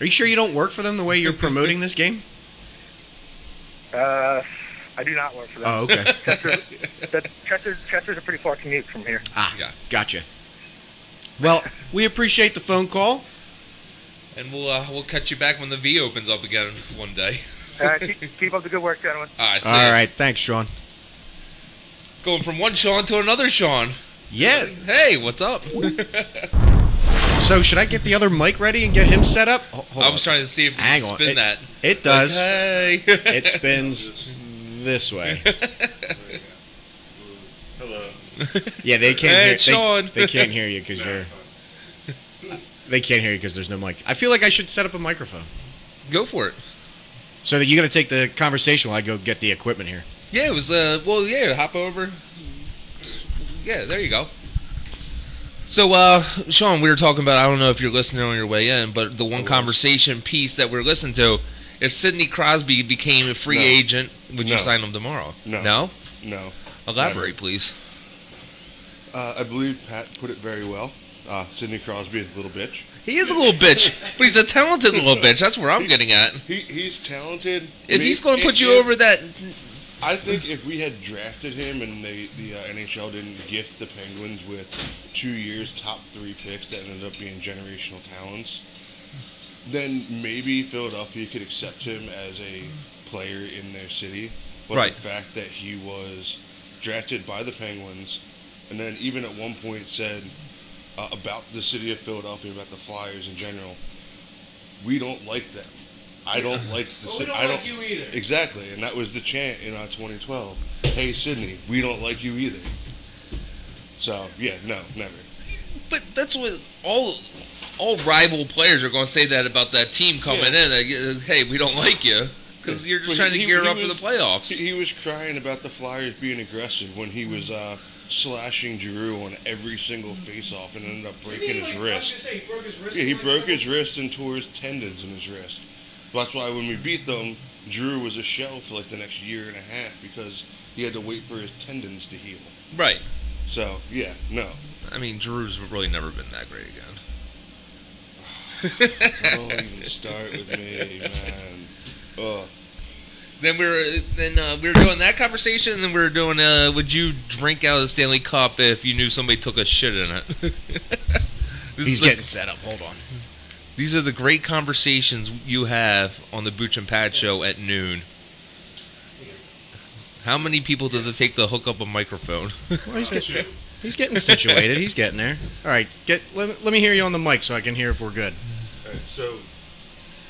Speaker 3: Are you sure you don't work for them the way you're promoting this game?
Speaker 6: Uh, I do not work for them.
Speaker 3: Oh, okay.
Speaker 6: Chester, that, Chester, Chester's a pretty far commute from here.
Speaker 3: Ah,
Speaker 4: Yeah.
Speaker 3: gotcha. Well, we appreciate the phone call.
Speaker 4: And we'll uh, we'll catch you back when the V opens up again one day.
Speaker 6: Uh, keep, keep up the good work, gentlemen.
Speaker 4: All right, see
Speaker 3: All
Speaker 4: ya.
Speaker 3: right, thanks, Sean.
Speaker 4: Going from one Sean to another Sean.
Speaker 3: Yeah.
Speaker 4: Hey, what's up?
Speaker 3: So should I get the other mic ready and get him set up? Ho- hold
Speaker 4: I
Speaker 3: on.
Speaker 4: was trying to see if we
Speaker 3: Hang
Speaker 4: could
Speaker 3: on.
Speaker 4: spin
Speaker 3: It-
Speaker 4: that.
Speaker 3: It does.
Speaker 4: Okay.
Speaker 3: It spins this way.
Speaker 7: Hello.
Speaker 3: Yeah, they can't
Speaker 4: Hey,
Speaker 3: hear. they-
Speaker 4: Sean.
Speaker 3: They, can't hear you because you're. They can't hear you because there's no mic. I feel like I should set up a microphone.
Speaker 4: Go for it.
Speaker 3: So that you got to take the conversation while I go get the equipment here.
Speaker 4: Yeah, it was. Uh, well, yeah, hop over. Yeah, there you go. So, uh, Sean, we were talking about. I don't know if you're listening on your way in, but the one conversation piece that we're listening to. If Sidney Crosby became a free
Speaker 7: No.
Speaker 4: agent, would you
Speaker 7: No.
Speaker 4: sign him tomorrow?
Speaker 7: No.
Speaker 4: No.
Speaker 7: No.
Speaker 4: Elaborate, please.
Speaker 7: Uh, I believe Pat put it very well. Uh, Sidney Crosby is a little bitch.
Speaker 4: He is a little bitch, but he's a talented little bitch. That's where I'm getting at.
Speaker 7: He he's talented.
Speaker 4: If
Speaker 7: Me-
Speaker 4: he's going to put you
Speaker 7: if-
Speaker 4: over that,
Speaker 7: I think if we had drafted him and they, the uh, NHL didn't gift the Penguins with two years top three picks that ended up being generational talents, then maybe Philadelphia could accept him as a player in their city. But
Speaker 4: Right.
Speaker 7: the fact that he was drafted by the Penguins and then even at one point said uh, about the city of Philadelphia, about the Flyers in general, we don't like them. I don't like the
Speaker 3: Well, we
Speaker 7: city.
Speaker 3: don't
Speaker 7: I
Speaker 3: like
Speaker 7: don't
Speaker 3: you either.
Speaker 7: Exactly, and that was the chant in uh, 2012. Hey Sydney, we don't like you either. So yeah, no, never.
Speaker 4: but that's what all all rival players are going to say that about that team coming
Speaker 7: Yeah.
Speaker 4: in. Like, uh, hey, we don't like you because you're just
Speaker 7: But
Speaker 4: trying
Speaker 7: he-
Speaker 4: to gear
Speaker 7: he
Speaker 4: up for
Speaker 7: was-
Speaker 4: the playoffs.
Speaker 7: He, he was crying about the Flyers being aggressive when he was uh, slashing Giroux on every single face-off and ended up breaking his wrist. Yeah, he broke his wrist and tore his tendons in his wrist. That's why when we beat them, Drew was a shell for like the next year and a half because he had to wait for his tendons to heal.
Speaker 4: right.
Speaker 7: So yeah, no.
Speaker 4: I mean, Drew's really never been that great
Speaker 7: Don't
Speaker 4: again.
Speaker 7: even start with me, man. Oh. Ugh.
Speaker 4: Then we were then uh, we were doing that conversation, and then we were doing uh, would you drink out of the Stanley Cup if you knew somebody took a shit in it? This
Speaker 3: He's
Speaker 4: is the-
Speaker 3: getting set up. Hold on.
Speaker 4: These are the great conversations you have on the Booch and Pat show at noon. How many people does it take to hook up a microphone?
Speaker 3: Well,
Speaker 4: Oh,
Speaker 3: he's, get, he's getting situated. He's getting there. All right, get let, me- let me hear you on the mic so I can hear if we're good.
Speaker 7: Alright, so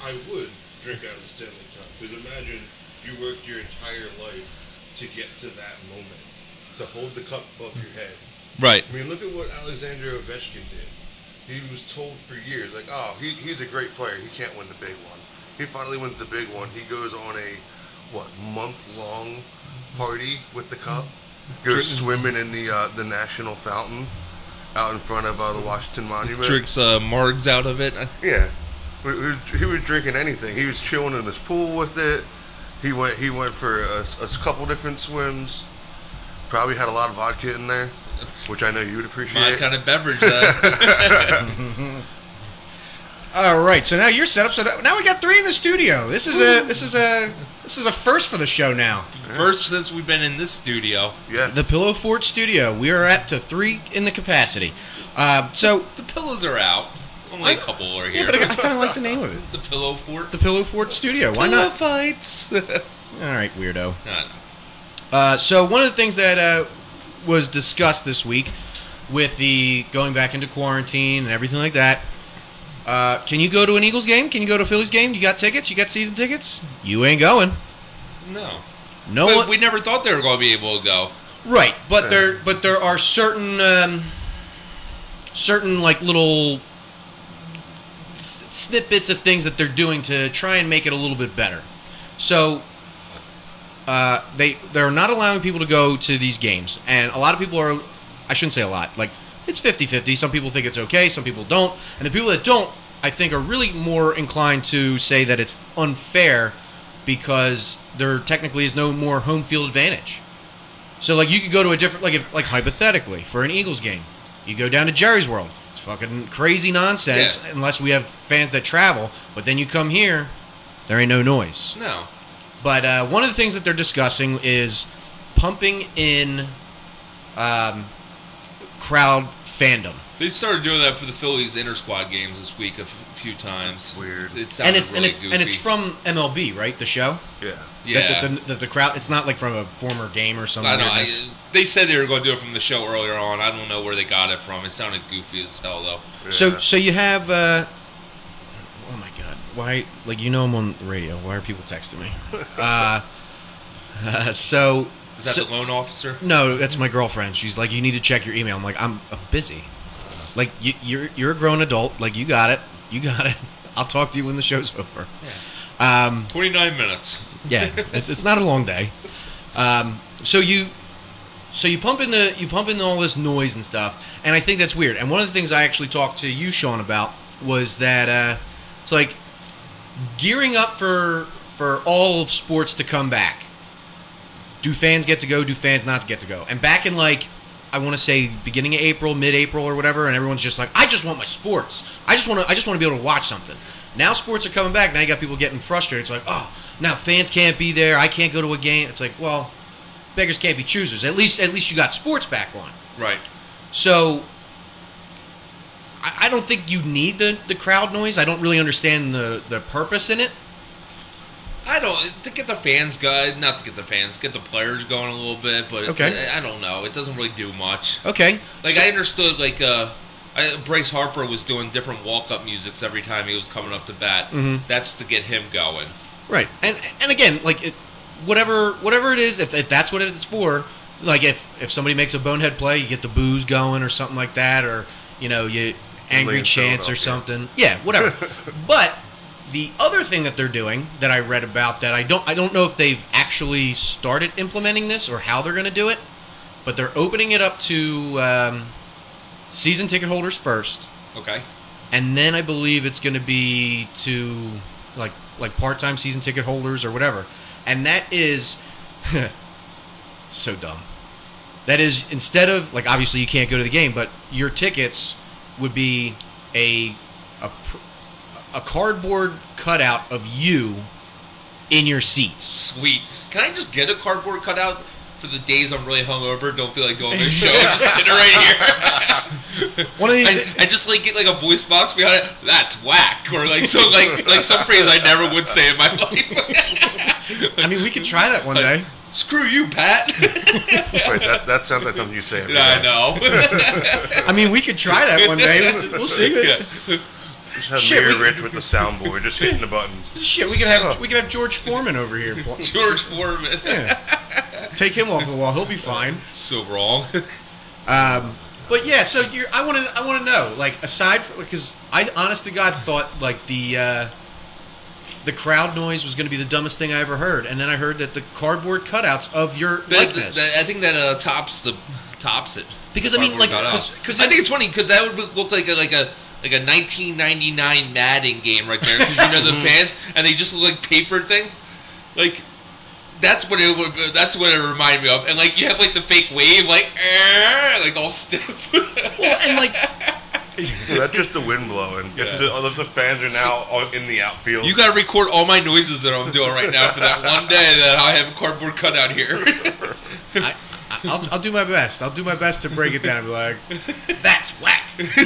Speaker 7: I would drink out of the Stanley Cup because imagine you worked your entire life to get to that moment, to hold the cup above your head.
Speaker 4: right.
Speaker 7: I mean, look at what Alexander Ovechkin did. He was told for years, like, oh, he, he's a great player. He can't win the big one. He finally wins the big one. He goes on a, what, month long party with the cup, goes swimming in the uh, the national fountain out in front of uh, the Washington Monument.
Speaker 4: Drinks uh, margs out of it.
Speaker 7: Yeah, he was, he was drinking anything. He was chilling in his pool with it. He went he went for a, s- a s- couple different swims. Probably had a lot of vodka in there, which I know you would
Speaker 4: My
Speaker 7: appreciate.
Speaker 4: kind of beverage. Uh,
Speaker 3: All right, so now you're set up. So that, now we got three in the studio. This is a this is a this is a first for the show now.
Speaker 4: First since we've been in this studio.
Speaker 7: yeah.
Speaker 3: The Pillow Fort Studio. We are at to three in the capacity. Uh, so
Speaker 4: The pillows are out. Only a couple are
Speaker 3: yeah,
Speaker 4: here.
Speaker 3: but I, I kind of like the name of it,
Speaker 4: the pillow fort.
Speaker 3: the Pillow Fort Studio. Why
Speaker 4: Pillow
Speaker 3: not?
Speaker 4: fights. No,
Speaker 3: All right, weirdo.
Speaker 4: no.
Speaker 3: Uh, so one of the things that uh, was discussed this week with the going back into quarantine and everything like that, uh, Uh, can you go to an Eagles game? Can you go to a Phillies game? You got tickets? You got season tickets? You ain't going.
Speaker 4: No.
Speaker 3: No
Speaker 4: but
Speaker 3: one.
Speaker 4: we never thought they were going to be able to go.
Speaker 3: Right, but there but there are certain um, certain like little snippets of things that they're doing to try and make it a little bit better. So uh, they they're not allowing people to go to these games, and a lot of people are I shouldn't say a lot like it's 50-50. Some people think it's okay, some people don't, and the people that don't I think are really more inclined to say that it's unfair because there technically is no more home field advantage. So like you could go to a different like if like hypothetically for an Eagles game, you go down to Jerry's World. It's fucking crazy nonsense
Speaker 4: Yeah.
Speaker 3: unless we have fans that travel. But then you come here, there ain't no noise.
Speaker 4: No.
Speaker 3: But uh, one of the things that they're discussing is pumping in um, crowd fandom,
Speaker 4: They started doing that for the Phillies inter squad games this week a f- few times. Weird. It sounded
Speaker 3: and it's
Speaker 4: really
Speaker 3: and, it,
Speaker 4: goofy.
Speaker 3: and it's from MLB, right? The show.
Speaker 7: Yeah.
Speaker 4: yeah.
Speaker 3: That, that the, that the crowd. It's not like from a former game or something.
Speaker 4: I know. I, they said they were going to do it from the show earlier on. I don't know where they got it from. It sounded goofy as hell though.
Speaker 3: So
Speaker 7: Yeah.
Speaker 3: so you have uh Oh my god. Why like you know I'm on the radio. Why are people texting me? Uh, uh so
Speaker 4: Is that
Speaker 3: so-
Speaker 4: the loan officer?
Speaker 3: No, that's my girlfriend. She's like you need to check your email. I'm like I'm, I'm busy. Like you you're you're a grown adult. Like you got it. You got it. I'll talk to you when the show's over.
Speaker 4: Yeah.
Speaker 3: Um
Speaker 4: 29 minutes.
Speaker 3: yeah, it- it's not a long day. Um, so you, so you pump in the you pump in all this noise and stuff, and I think that's weird. And one of the things I actually talked to you, Sean, about was that uh, it's like gearing up for for all of sports to come back. Do fans get to go? Do fans not get to go? And back in like I want to say beginning of April, mid-April or whatever, and everyone's just like, I just want my sports. I just want to. I just want to be able to watch something. Now sports are coming back. Now you got people getting frustrated. It's like, oh, now fans can't be there. I can't go to a game. It's like, well, beggars can't be choosers. At least, at least you got sports back on.
Speaker 4: Right.
Speaker 3: So I, I don't think you need the the crowd noise. I don't really understand the the purpose in it.
Speaker 4: I don't to get the fans going, not to get the fans, get the players going a little bit, but
Speaker 3: Okay.
Speaker 4: I, I don't know. It doesn't really do much.
Speaker 3: Okay.
Speaker 4: Like
Speaker 3: So-
Speaker 4: I understood, like uh, I, Bryce Harper was doing different walk-up musics every time he was coming up to bat.
Speaker 3: Mhm.
Speaker 4: That's to get him going.
Speaker 3: Right. And and again, like it, whatever whatever it is, if, if that's what it's for, like if if somebody makes a bonehead play, you get the booze going or something like that, or you know you angry
Speaker 7: in
Speaker 3: chants or
Speaker 7: Philadelphia.
Speaker 3: something. Yeah, whatever. but the other thing that they're doing that I read about that I don't I don't know if they've actually started implementing this or how they're going to do it, but they're opening it up to um, season ticket holders first
Speaker 4: Okay.
Speaker 3: and then I believe it's going to be to like like part-time season ticket holders or whatever. And that is so dumb. That is instead of like obviously you can't go to the game, but your tickets would be a a, pr- a cardboard cutout of you in your seats.
Speaker 4: Sweet. Can I just get a cardboard cutout for the days I'm really hungover? Don't feel like doing this show. just sitting right here.
Speaker 3: One of these-
Speaker 4: I, I just like get like a voice box behind it. That's whack, or like so like like some phrase I never would say in my life.
Speaker 3: I mean, we could try that one
Speaker 4: Like,
Speaker 3: day.
Speaker 4: Screw you, Pat.
Speaker 7: Wait, that, that sounds like something you say. every
Speaker 4: I
Speaker 7: day.
Speaker 4: know.
Speaker 3: I mean, we could try that one day. We'll- We'll see.
Speaker 4: Yeah.
Speaker 7: Just have
Speaker 3: Shit,
Speaker 7: Mary
Speaker 3: we-
Speaker 7: Rich with the soundboard, just hitting the buttons.
Speaker 3: Shit, we could have we could have George Foreman over here.
Speaker 4: George Foreman.
Speaker 3: Take him off the wall. He'll be fine.
Speaker 4: So wrong.
Speaker 3: Um, but yeah, so you're, I want to I want to know like aside from because I honest to God thought like the uh, the crowd noise was going to be the dumbest thing I ever heard, and then I heard that the cardboard cutouts of your
Speaker 4: That-
Speaker 3: likeness.
Speaker 4: that- I think that uh, tops the tops it.
Speaker 3: Because, I mean, like, 'cause- 'cause
Speaker 4: I
Speaker 3: it-
Speaker 4: think it's funny because that would look like a, like a like a 1999 Madden game right there because you know the fans and they just look like paper things. Like that's what it would. That's what it reminded me of. And like you have like the fake wave like "Arr," like all stiff.
Speaker 3: well, and like
Speaker 7: Yeah, that's just the wind blowing.
Speaker 4: Yeah.
Speaker 7: The, all of the fans are now all in the outfield.
Speaker 4: You gotta record all my noises that I'm doing right now for that one day that I have a cardboard cutout here.
Speaker 3: I, I- I'll, I'll do my best. I'll do my best to break it down. and be like,
Speaker 4: That's whack.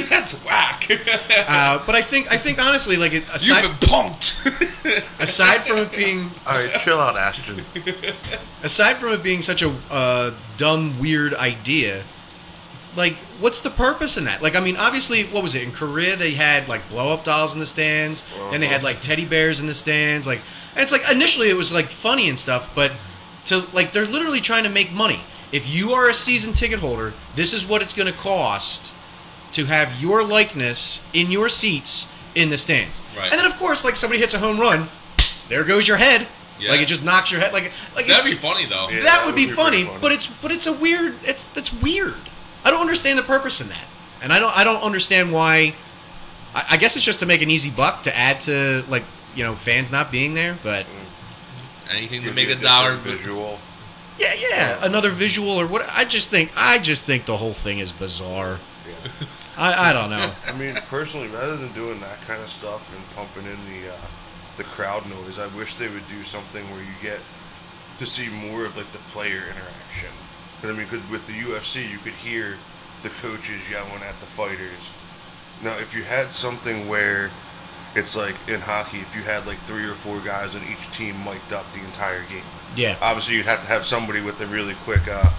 Speaker 4: That's whack.
Speaker 3: uh, but I think I think honestly, like it,
Speaker 4: You've been
Speaker 3: aside
Speaker 4: punked.
Speaker 3: aside from it being
Speaker 7: All right, chill out, Ashton.
Speaker 3: aside from it being such a uh, dumb, weird idea, Like, what's the purpose in that? Like, I mean, obviously, what was it in Korea? They had like blow up dolls in the stands, then they had like teddy bears in the stands. Like, and it's like initially it was like funny and stuff, but to like they're literally trying to make money. If you are a season ticket holder, this is what it's going to cost to have your likeness in your seats in the stands.
Speaker 4: Right.
Speaker 3: And then of course, like somebody hits a home run, there goes your head.
Speaker 4: Yeah.
Speaker 3: Like it just knocks your head. Like like it's-
Speaker 4: That'd be funny though.
Speaker 7: Yeah.
Speaker 3: that would be,
Speaker 7: pretty
Speaker 3: funny,
Speaker 7: funny.
Speaker 3: but it's but it's a weird. It's that's weird. I don't understand the purpose in that, and I don't I don't understand why. I, I guess it's just to make an easy buck to add to like you know fans not being there, but
Speaker 4: Anything to
Speaker 7: Give
Speaker 4: make
Speaker 7: you
Speaker 4: a dollar.
Speaker 7: different Visual.
Speaker 3: yeah yeah another visual or what? I just think I just think the whole thing is bizarre. I I don't know.
Speaker 7: I mean, personally, rather than doing that kind of stuff and pumping in the uh, the crowd noise, I wish they would do something where you get to see more of like the player interaction. 'Cause, I mean, 'cause with the UFC, you could hear the coaches yelling at the fighters. Now, if you had something where it's like in hockey, if you had like three or four guys on each team mic'd up the entire game,
Speaker 3: Yeah.
Speaker 7: obviously you'd have to have somebody with a really quick uh,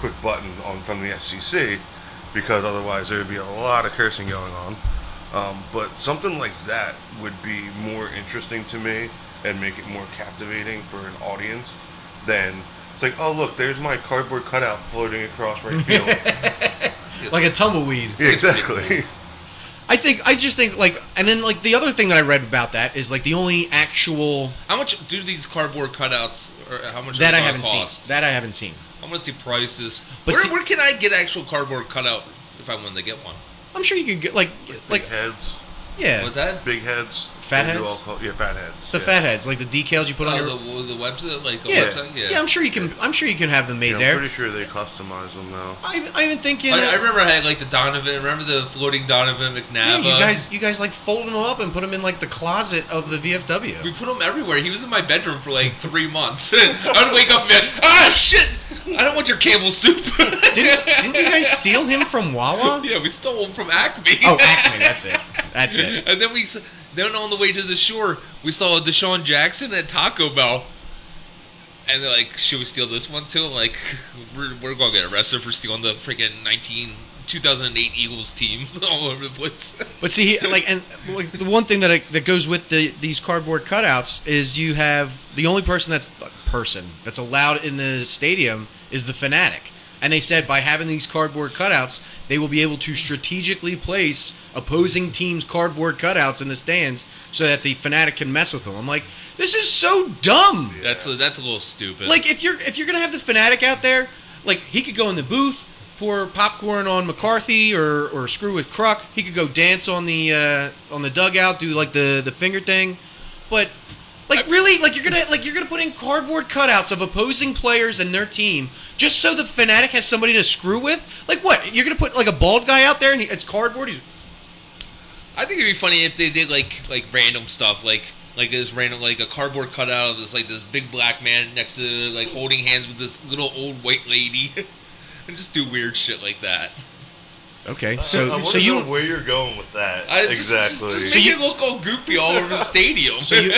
Speaker 7: quick button on from the FCC because otherwise there would be a lot of cursing going on. Um, but something like that would be more interesting to me and make it more captivating for an audience than it's like, oh look, there's my cardboard cutout floating across right field.
Speaker 3: like a tumbleweed.
Speaker 7: yeah, exactly.
Speaker 3: I think I just think like and then like the other thing that I read about that is like the only actual
Speaker 4: How much do these cardboard cutouts, or how much are
Speaker 3: that
Speaker 4: they
Speaker 3: I
Speaker 4: gonna
Speaker 3: haven't
Speaker 4: cost?
Speaker 3: seen. That I haven't seen.
Speaker 4: I want to see prices.
Speaker 3: But
Speaker 4: where,
Speaker 3: see-
Speaker 4: where can I get actual cardboard cutout if I wanted to get one?
Speaker 3: I'm sure you could get like
Speaker 7: Like
Speaker 3: like
Speaker 7: heads,
Speaker 3: yeah.
Speaker 4: What's that?
Speaker 7: big heads,
Speaker 3: Fat
Speaker 7: they do
Speaker 3: heads?
Speaker 7: all col- yeah, fat heads.
Speaker 3: The
Speaker 7: yeah.
Speaker 3: fat heads, like the decals you put on
Speaker 4: Uh,
Speaker 3: your
Speaker 4: the, the website, like a
Speaker 3: yeah.
Speaker 4: website. Yeah.
Speaker 3: yeah. I'm sure you can. I'm sure you can have them made
Speaker 7: Yeah, I'm
Speaker 3: there.
Speaker 7: pretty sure they customize them now.
Speaker 3: I, I even think uh, you know.
Speaker 4: I, I remember I had like the Donovan. Remember the floating Donovan
Speaker 3: yeah,
Speaker 4: McNabb? Uh,
Speaker 3: you guys, you guys like folded them up and put them in like the closet of the VFW.
Speaker 4: We put him everywhere. He was in my bedroom for like three months. I would wake up and be like, ah, shit! I don't want your cable soup.
Speaker 3: didn't, didn't you guys steal him from Wawa?
Speaker 4: Yeah, we stole him from Acme.
Speaker 3: Oh, Acme, that's it. That's it.
Speaker 4: And then we, s- then on the way to the shore, we saw Deshaun Jackson at Taco Bell. And they're like, should we steal this one too? I'm like, we're, we're going to get arrested for stealing the freaking 19, 2008 Eagles team all over the place.
Speaker 3: But see, he- like, and like, the one thing that I, that goes with the, these cardboard cutouts is you have the only person that's person that's allowed in the stadium is the fanatic, and they said by having these cardboard cutouts, they will be able to strategically place opposing teams' cardboard cutouts in the stands so that the fanatic can mess with them. I'm like, this is so dumb.
Speaker 4: That's a, that's a little stupid.
Speaker 3: Like if you're if you're gonna have the fanatic out there, like he could go in the booth, pour popcorn on McCarthy or or screw with Kruk. He could go dance on the uh, on the dugout, do like the the finger thing. But like really, like you're gonna like you're gonna put in cardboard cutouts of opposing players and their team just so the fanatic has somebody to screw with. Like what? You're gonna put like a bald guy out there and he, it's cardboard. He's
Speaker 4: I think it'd be funny if they did like like random stuff, like like this random like a cardboard cutout of this like this big black man next to like holding hands with this little old white lady, and just do weird shit like that.
Speaker 3: okay.
Speaker 7: I
Speaker 3: So
Speaker 7: wanna
Speaker 3: so
Speaker 7: know
Speaker 3: you.
Speaker 7: where you're going with that?
Speaker 4: I, just-
Speaker 7: exactly.
Speaker 4: Just, just
Speaker 3: So
Speaker 4: make
Speaker 3: you-
Speaker 4: it look all goopy all over the stadium.
Speaker 3: So you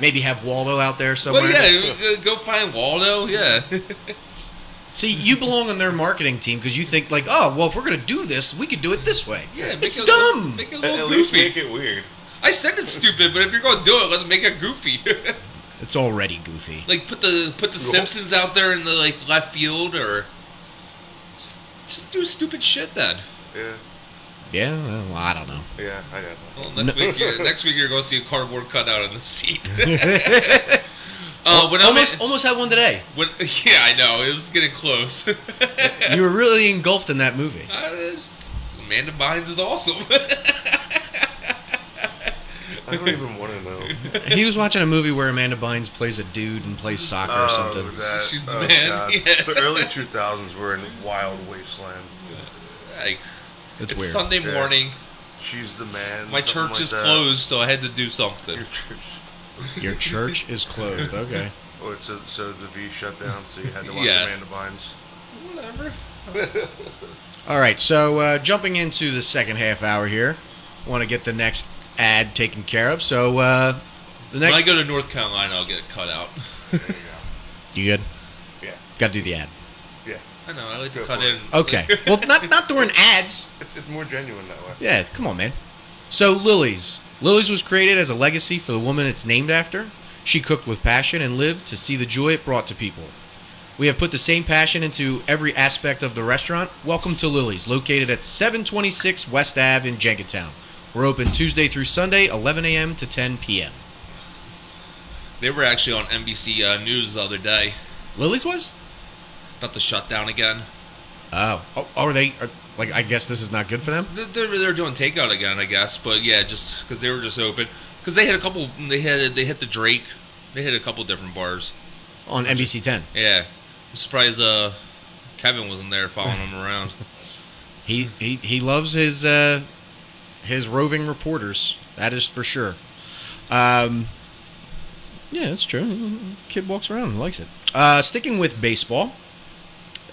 Speaker 3: maybe have Waldo out there somewhere.
Speaker 4: well, yeah, uh, go- go find Waldo. Yeah.
Speaker 3: See, you belong on their marketing team because you think like, oh, well, if we're gonna do this, we could do it this way.
Speaker 4: Yeah, make
Speaker 3: it's
Speaker 4: it,
Speaker 3: dumb.
Speaker 4: Make it a
Speaker 7: at,
Speaker 4: little
Speaker 7: at least
Speaker 4: goofy.
Speaker 7: make it weird.
Speaker 4: I said it's stupid, but if you're gonna do it, let's make it goofy.
Speaker 3: It's already goofy.
Speaker 4: like put the put the Simpsons out there in the like left field, or s- just do stupid shit then.
Speaker 7: Yeah,
Speaker 3: yeah, well, I don't know.
Speaker 7: yeah, I got that.
Speaker 4: Well, next
Speaker 3: No.
Speaker 4: week, you're, next week you're going to see a cardboard cutout in the seat. uh, when
Speaker 3: almost,
Speaker 4: I went,
Speaker 3: almost had one today.
Speaker 4: when, yeah, I know it was getting close. uh,
Speaker 3: You were really engulfed in that movie.
Speaker 4: just- Amanda Bynes is awesome.
Speaker 7: I don't even want to know.
Speaker 3: He was watching a movie where Amanda Bynes plays a dude and plays soccer or
Speaker 7: Oh,
Speaker 3: something.
Speaker 7: that-
Speaker 4: She's the
Speaker 7: oh,
Speaker 4: man,
Speaker 7: God.
Speaker 4: yeah.
Speaker 7: The early 2000s were in wild wasteland.
Speaker 4: like,
Speaker 3: It's,
Speaker 4: it's
Speaker 3: weird.
Speaker 4: Sunday
Speaker 7: Yeah.
Speaker 4: morning.
Speaker 7: She's the man.
Speaker 4: My
Speaker 7: something
Speaker 4: church
Speaker 7: like
Speaker 4: is
Speaker 7: that.
Speaker 4: closed, so I had to do something.
Speaker 7: Your church.
Speaker 3: Your church is closed. Okay.
Speaker 7: Oh, it's a, so the V shut down, so you had to watch
Speaker 4: Yeah.
Speaker 7: Amanda Bynes.
Speaker 4: Whatever.
Speaker 3: All right. So uh, jumping into the second half hour here, want to get the next ad taken care of. So uh, the
Speaker 4: When
Speaker 3: next.
Speaker 4: I go to North Carolina, I'll get it cut out.
Speaker 7: There you go.
Speaker 3: you good?
Speaker 7: Yeah.
Speaker 3: Got to do the ad.
Speaker 7: Yeah.
Speaker 4: I know. I like to
Speaker 7: Go
Speaker 4: cut
Speaker 7: for it.
Speaker 4: in.
Speaker 3: Okay. well, not not during ads.
Speaker 7: It's, it's more genuine that way.
Speaker 3: Yeah, come on, man. So Lily's. Lily's was created as a legacy for the woman it's named after. She cooked with passion and lived to see the joy it brought to people. We have put the same passion into every aspect of the restaurant. Welcome to Lily's, located at 726 West Ave in Jenkintown. We're open Tuesday through Sunday, 11 a.m. to 10 p.m.
Speaker 4: They were actually on NBC uh, News the other day
Speaker 3: Lily's was?
Speaker 4: about the shutdown again.
Speaker 3: Oh, oh are they? Are, like, I guess this is not good for them.
Speaker 4: They're, they're, they're doing takeout again, I guess. But yeah, just because they were just open. Because they had a couple. They had they hit the Drake. They hit a couple different bars.
Speaker 3: On NBC 10.
Speaker 4: Yeah, I'm surprised uh, Kevin wasn't there following them around.
Speaker 3: He he, he loves his uh, his roving reporters. That is for sure. Um, yeah, that's true. Kid walks around and likes it. Uh, sticking with baseball,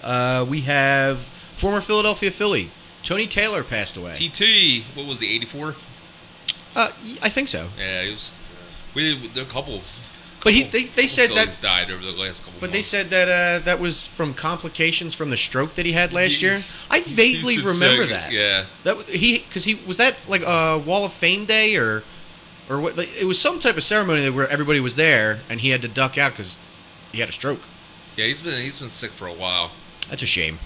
Speaker 3: uh, we have former Philadelphia Philly Tony Taylor passed away.
Speaker 4: TT, what was the 84?
Speaker 3: uh, I think so.
Speaker 4: Yeah, he was. We did, there are a couple. of-
Speaker 3: But he
Speaker 4: couple-
Speaker 3: they, they
Speaker 4: couple
Speaker 3: said
Speaker 4: Phillies
Speaker 3: that.
Speaker 4: died over the last couple.
Speaker 3: But
Speaker 4: months.
Speaker 3: they said that uh, that was from complications from the stroke that he had last year. I
Speaker 4: He- he
Speaker 3: vaguely
Speaker 4: should
Speaker 3: remember
Speaker 4: say-
Speaker 3: that.
Speaker 4: Yeah,
Speaker 3: That w- he because he was that like uh, Wall of Fame day or or what? Like, it was some type of ceremony that where everybody was there and he had to duck out because he had a stroke.
Speaker 4: yeah, he's been he's been sick for a while.
Speaker 3: That's a shame.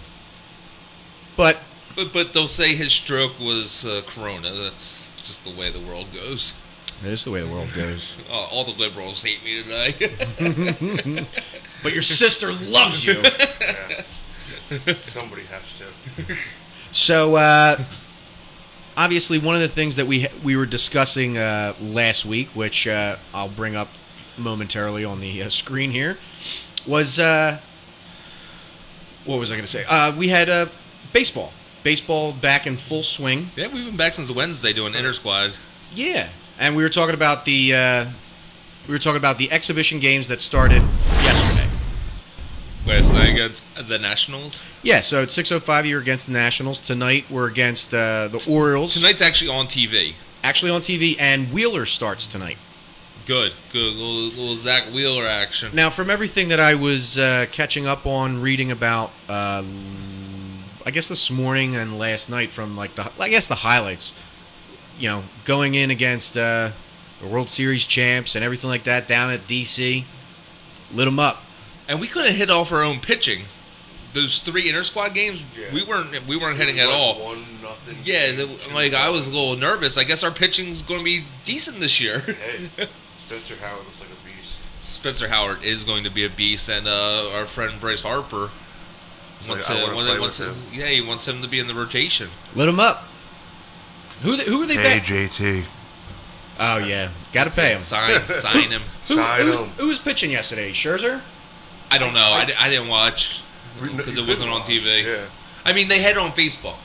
Speaker 3: But
Speaker 4: But but they'll say his stroke was uh, corona. That's just the way the world goes.
Speaker 3: that is the way the world goes.
Speaker 4: Uh, all the liberals hate me today.
Speaker 3: but your sister loves you.
Speaker 7: Yeah. Somebody has to.
Speaker 3: So uh, obviously, one of the things that we we were discussing uh, last week, which uh, I'll bring up momentarily on the uh, screen here, was uh, what was I going to say? Uh, we had uh, baseball, baseball back in full swing.
Speaker 4: yeah, we've been back since Wednesday doing inter squad.
Speaker 3: Yeah, and we were talking about the uh, we were talking about the exhibition games that started yesterday.
Speaker 4: Last night against the Nationals.
Speaker 3: Yeah, so at 6:05 you're against the Nationals. Tonight we're against uh, the Orioles.
Speaker 4: Tonight's actually on TV.
Speaker 3: actually on TV, and Wheeler starts tonight.
Speaker 4: Good, good little, little Zach Wheeler action.
Speaker 3: Now, from everything that I was uh, catching up on, reading about, uh, I guess this morning and last night from like the, I guess the highlights, you know, going in against uh, the World Series champs and everything like that down at DC, lit them up.
Speaker 4: and we couldn't hit off our own pitching. Those three inter squad games,
Speaker 7: Yeah.
Speaker 4: we weren't we weren't hitting at
Speaker 7: Like
Speaker 4: all.
Speaker 7: One nothing.
Speaker 4: Yeah,
Speaker 7: two,
Speaker 4: the-
Speaker 7: two,
Speaker 4: like I was a
Speaker 7: one.
Speaker 4: little nervous. I guess our pitching's going to be decent this year.
Speaker 7: Hey, Spencer Howard looks like a beast.
Speaker 4: Spencer Howard is going to be a beast, and uh, our friend Bryce Harper
Speaker 7: It's
Speaker 4: wants,
Speaker 7: like, I
Speaker 4: to-
Speaker 7: wanna
Speaker 4: wants-
Speaker 7: play
Speaker 4: wants
Speaker 7: with
Speaker 4: to-
Speaker 7: him.
Speaker 4: yeah, he wants him to be in the rotation.
Speaker 3: Lit them up. Who they, who were they
Speaker 7: Hey,
Speaker 3: back?
Speaker 7: JT.
Speaker 3: Oh yeah, gotta pay him.
Speaker 4: Sign, sign him.
Speaker 3: Who,
Speaker 7: Sign
Speaker 3: who-
Speaker 7: him.
Speaker 3: who was pitching yesterday? Scherzer.
Speaker 4: I don't know. I, di- I didn't watch
Speaker 7: We- no,
Speaker 4: because
Speaker 7: you
Speaker 4: it wasn't
Speaker 7: couldn't
Speaker 4: on
Speaker 7: watch.
Speaker 4: TV.
Speaker 7: Yeah.
Speaker 4: I mean, they had it on Facebook.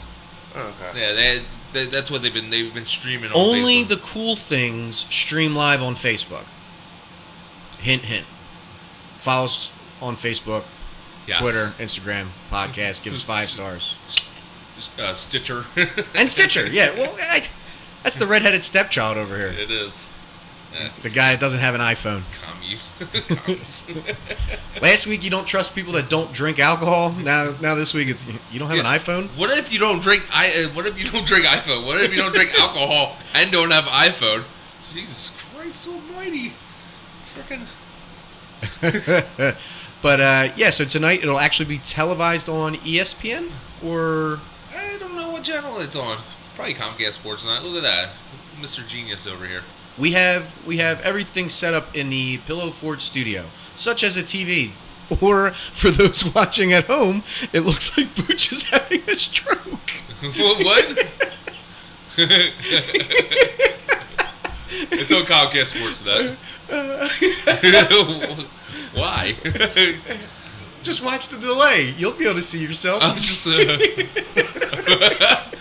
Speaker 7: Oh, okay.
Speaker 4: Yeah, they, had, they that's what they've been they've been streaming. On
Speaker 3: Only
Speaker 4: Facebook.
Speaker 3: the cool things stream live on Facebook. Hint, hint. Follow us on Facebook,
Speaker 4: Yes.
Speaker 3: Twitter, Instagram, podcast. Give us five stars.
Speaker 4: uh, Stitcher,
Speaker 3: And Stitcher. Yeah, well, I, that's the redheaded stepchild over here.
Speaker 4: it is. Yeah,
Speaker 3: The guy that doesn't have an iPhone.
Speaker 4: commies. commies.
Speaker 3: Last week you don't trust people that don't drink alcohol. Now, now this week it's you don't have
Speaker 4: Yeah.
Speaker 3: an iPhone.
Speaker 4: What if you don't drink? I. Uh, what if you don't drink iPhone? What if you don't drink alcohol and don't have iPhone? Jesus Christ Almighty! Freaking.
Speaker 3: but uh, yeah, so tonight it'll actually be televised on E ESPN or
Speaker 4: I don't know what channel it's on. Probably Comcast Sports Night. Look at that, Mr. Genius over here.
Speaker 3: We have we have everything set up in the Pillow Forge studio, such as a TV. Or for those watching at home, it looks like Booch is having a stroke.
Speaker 4: What- what? it's on Comcast Sports Night. Why?
Speaker 3: just watch the delay. You'll be able to see yourself.
Speaker 4: I'm just.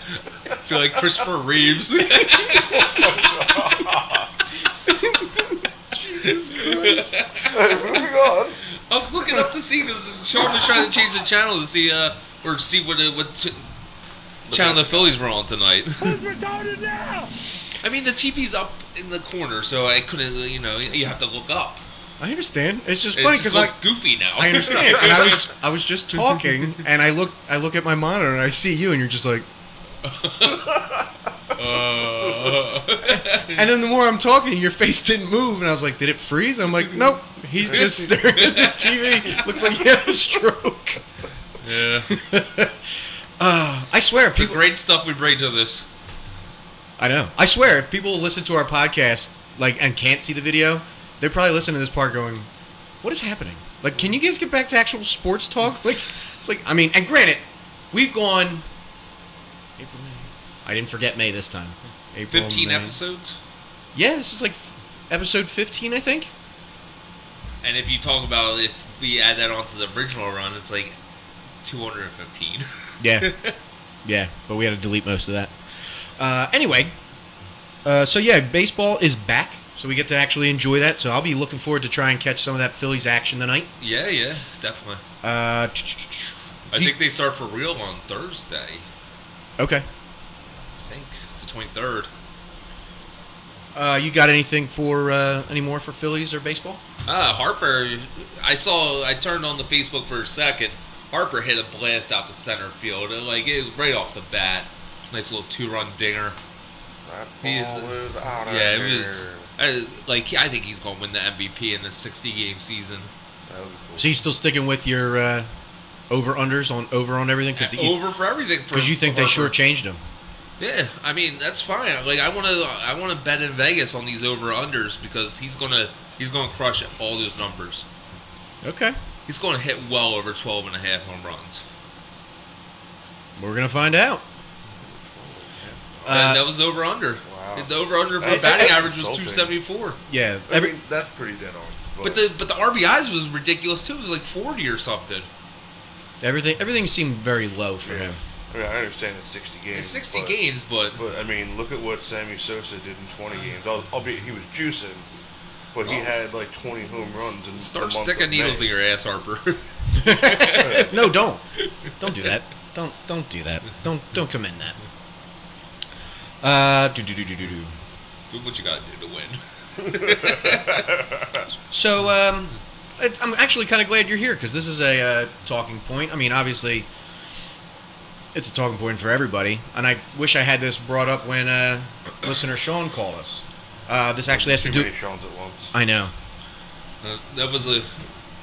Speaker 4: Uh, feel like Christopher Reeves.
Speaker 3: Jesus Christ.
Speaker 7: Hey, moving on.
Speaker 4: I was looking up to see because Sean was trying to change the channel to see uh or see what uh, what ch- channel the Phillies were on tonight.
Speaker 2: retarded now?
Speaker 4: I mean the TV's up in the corner, so I couldn't uh, you know you have to look up.
Speaker 3: I understand. It's just
Speaker 4: It
Speaker 3: funny
Speaker 4: just
Speaker 3: because
Speaker 4: look
Speaker 3: I
Speaker 4: goofy now.
Speaker 3: I understand. and I was I was just talking, and I look I look at my monitor and I see you, and you're just like.
Speaker 4: Uh.
Speaker 3: And then the more I'm talking, your face didn't move, and I was like, "Did it freeze?" I'm like, "Nope, he's just staring at the TV. Looks like he had a stroke."
Speaker 4: yeah.
Speaker 3: uh, I swear,
Speaker 4: The
Speaker 3: people. Oh,
Speaker 4: great stuff we bring to this.
Speaker 3: I know. I swear, if people listen to our podcast like and can't see the video, they're probably listening to this part going, "What is happening?" Like, can you guys get back to actual sports talk? Like, it's like I mean, and granted, we've gone. April, May. I didn't forget May this time. April,
Speaker 4: 15
Speaker 3: May.
Speaker 4: episodes.
Speaker 3: Yeah, this is like f- episode 15, I think.
Speaker 4: And if you talk about if we add that onto the original run, it's like 215.
Speaker 3: Yeah. Yeah, but we had to delete most of that. Uh, anyway, uh, so yeah, baseball is back, so we get to actually enjoy that. So I'll be looking forward to try and catch some of that Phillies action tonight.
Speaker 4: yeah, yeah, definitely.
Speaker 3: Uh,
Speaker 4: I think they start for real on Thursday.
Speaker 3: okay.
Speaker 4: I think the 23rd.
Speaker 3: Uh, you got anything for uh, any more for Phillies or baseball?
Speaker 4: Ah, Harper. I saw. I turned on the Facebook for a second. Harper hit a blast out the center field, uh, like it right off the bat. Nice little two-run dinger.
Speaker 7: That
Speaker 4: He's-
Speaker 7: ball was out of
Speaker 4: yeah, it
Speaker 7: here.
Speaker 4: was. I, like I think he's gonna win the MVP in the 60-game season.
Speaker 7: That was cool.
Speaker 3: So you still sticking with your uh, over unders on over on everything because
Speaker 4: Over for everything. for-
Speaker 3: you think
Speaker 4: for
Speaker 3: they
Speaker 4: Harper.
Speaker 3: shortchanged him.
Speaker 4: Yeah, I mean that's fine. Like I wanna, I wanna bet in Vegas on these over unders because he's gonna, he's gonna crush all those numbers.
Speaker 3: Okay,
Speaker 4: He's gonna hit well over 12 and a half home runs.
Speaker 3: we're gonna find out.
Speaker 4: and
Speaker 3: Uh,
Speaker 4: that was over under.
Speaker 7: Wow.
Speaker 4: The over under for
Speaker 7: That's-
Speaker 4: batting
Speaker 7: that's
Speaker 4: average was
Speaker 7: insulting.
Speaker 4: 274.
Speaker 3: yeah,
Speaker 7: I
Speaker 3: every,
Speaker 7: mean, that's pretty dead on.
Speaker 4: But the but the RBIs was ridiculous too. It was like 40 or something.
Speaker 3: everything everything seemed very low for
Speaker 7: yeah.
Speaker 3: him.
Speaker 7: I mean, I understand it's 60 games.
Speaker 4: It's 60
Speaker 7: but-
Speaker 4: games, but
Speaker 7: But I mean, look at what Sammy Sosa did in 20 games. Al- Albeit he was juicing, but he
Speaker 4: Oh.
Speaker 7: had like 20 home runs in
Speaker 4: start
Speaker 7: the month
Speaker 4: sticking
Speaker 7: of
Speaker 4: needles
Speaker 7: May.
Speaker 4: in your ass, Harper.
Speaker 3: no, don't. Don't do that. Don't don't do that. Don't don't commend that. Uh, do do do do do do.
Speaker 4: do what you gotta do to win.
Speaker 3: So um, it, I'm actually kind of glad you're here because this is a uh, talking point. I mean, obviously, it's a talking point for everybody, and I wish I had this brought up when uh, listener Sean called us. Uh, this actually has
Speaker 7: Too
Speaker 3: to do.
Speaker 7: many Sean's at once.
Speaker 3: I know.
Speaker 4: Uh, that was a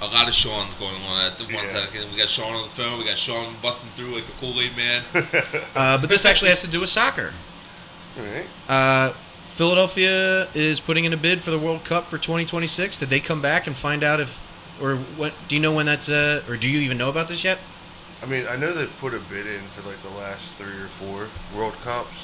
Speaker 4: a lot of Sean's going on at the one
Speaker 7: Yeah.
Speaker 4: second. We got Sean on the phone. We got Sean busting through like the Kool Aid Man.
Speaker 3: Uh, but this actually has to do with soccer.
Speaker 7: All right.
Speaker 3: Uh, Philadelphia is putting in a bid for the World Cup for 2026. Did they come back and find out if, or what? Do you know when that's? Uh, or do you even know about this yet?
Speaker 7: I mean, I know they put a bid in for like the last three or four World Cups,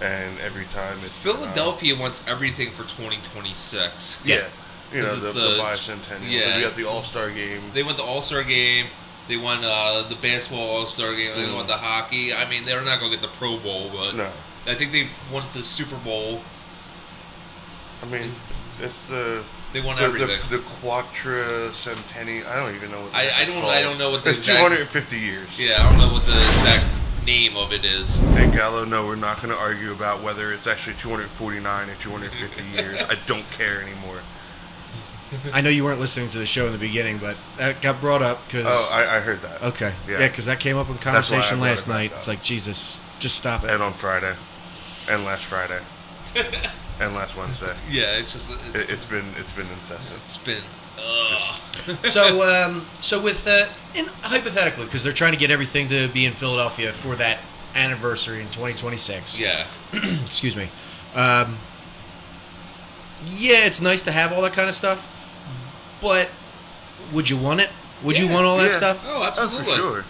Speaker 7: and every time it's been, uh,
Speaker 4: Philadelphia wants everything for 2026.
Speaker 7: yeah.
Speaker 3: Yeah.
Speaker 7: You know,
Speaker 4: This
Speaker 7: the,
Speaker 4: is,
Speaker 7: the
Speaker 4: uh,
Speaker 7: bicentennial.
Speaker 4: yeah,
Speaker 7: we got
Speaker 4: it's-
Speaker 7: the All Star game.
Speaker 4: They won the All Star game. They won uh, the basketball All Star game. They
Speaker 7: Mm.
Speaker 4: won the hockey. I mean, they're not gonna get the Pro Bowl, but
Speaker 7: No.
Speaker 4: I think they won the Super Bowl.
Speaker 7: I mean, it's the.
Speaker 4: They won
Speaker 7: the,
Speaker 4: everything.
Speaker 7: the, the quadra centenni. I don't even know what. the
Speaker 4: I-
Speaker 7: heck
Speaker 4: I
Speaker 7: it's
Speaker 4: don't-
Speaker 7: called.
Speaker 4: I don't know what the
Speaker 7: It's
Speaker 4: exact-
Speaker 7: 250 years.
Speaker 4: yeah, I don't know what the exact name of it is.
Speaker 7: And Gallo, no, we're not going to argue about whether it's actually 249 or 250 years. I don't care anymore.
Speaker 3: I know you weren't listening to the show in the beginning, but that got brought up because.
Speaker 7: Oh, I, I heard that.
Speaker 3: okay.
Speaker 7: Yeah.
Speaker 3: Yeah, because that came up in
Speaker 7: why I
Speaker 3: conversation
Speaker 7: brought it
Speaker 3: last
Speaker 7: back
Speaker 3: night.
Speaker 7: up.
Speaker 3: It's like Jesus, just stop it.
Speaker 7: And on Friday, and last Friday, and last Wednesday.
Speaker 4: Yeah, it's just it's,
Speaker 7: It, it's been it's been incessant.
Speaker 4: it's been. Ugh.
Speaker 3: so, um, so with uh, in hypothetically, because they're trying to get everything to be in Philadelphia for that anniversary in 2026.
Speaker 4: yeah, Oh,
Speaker 3: excuse me. Um, yeah, it's nice to have all that kind of stuff, but would you want it? Would you
Speaker 4: Yeah,
Speaker 3: want all that
Speaker 7: yeah.
Speaker 3: stuff?
Speaker 4: oh
Speaker 7: for
Speaker 4: absolutely.
Speaker 7: sure.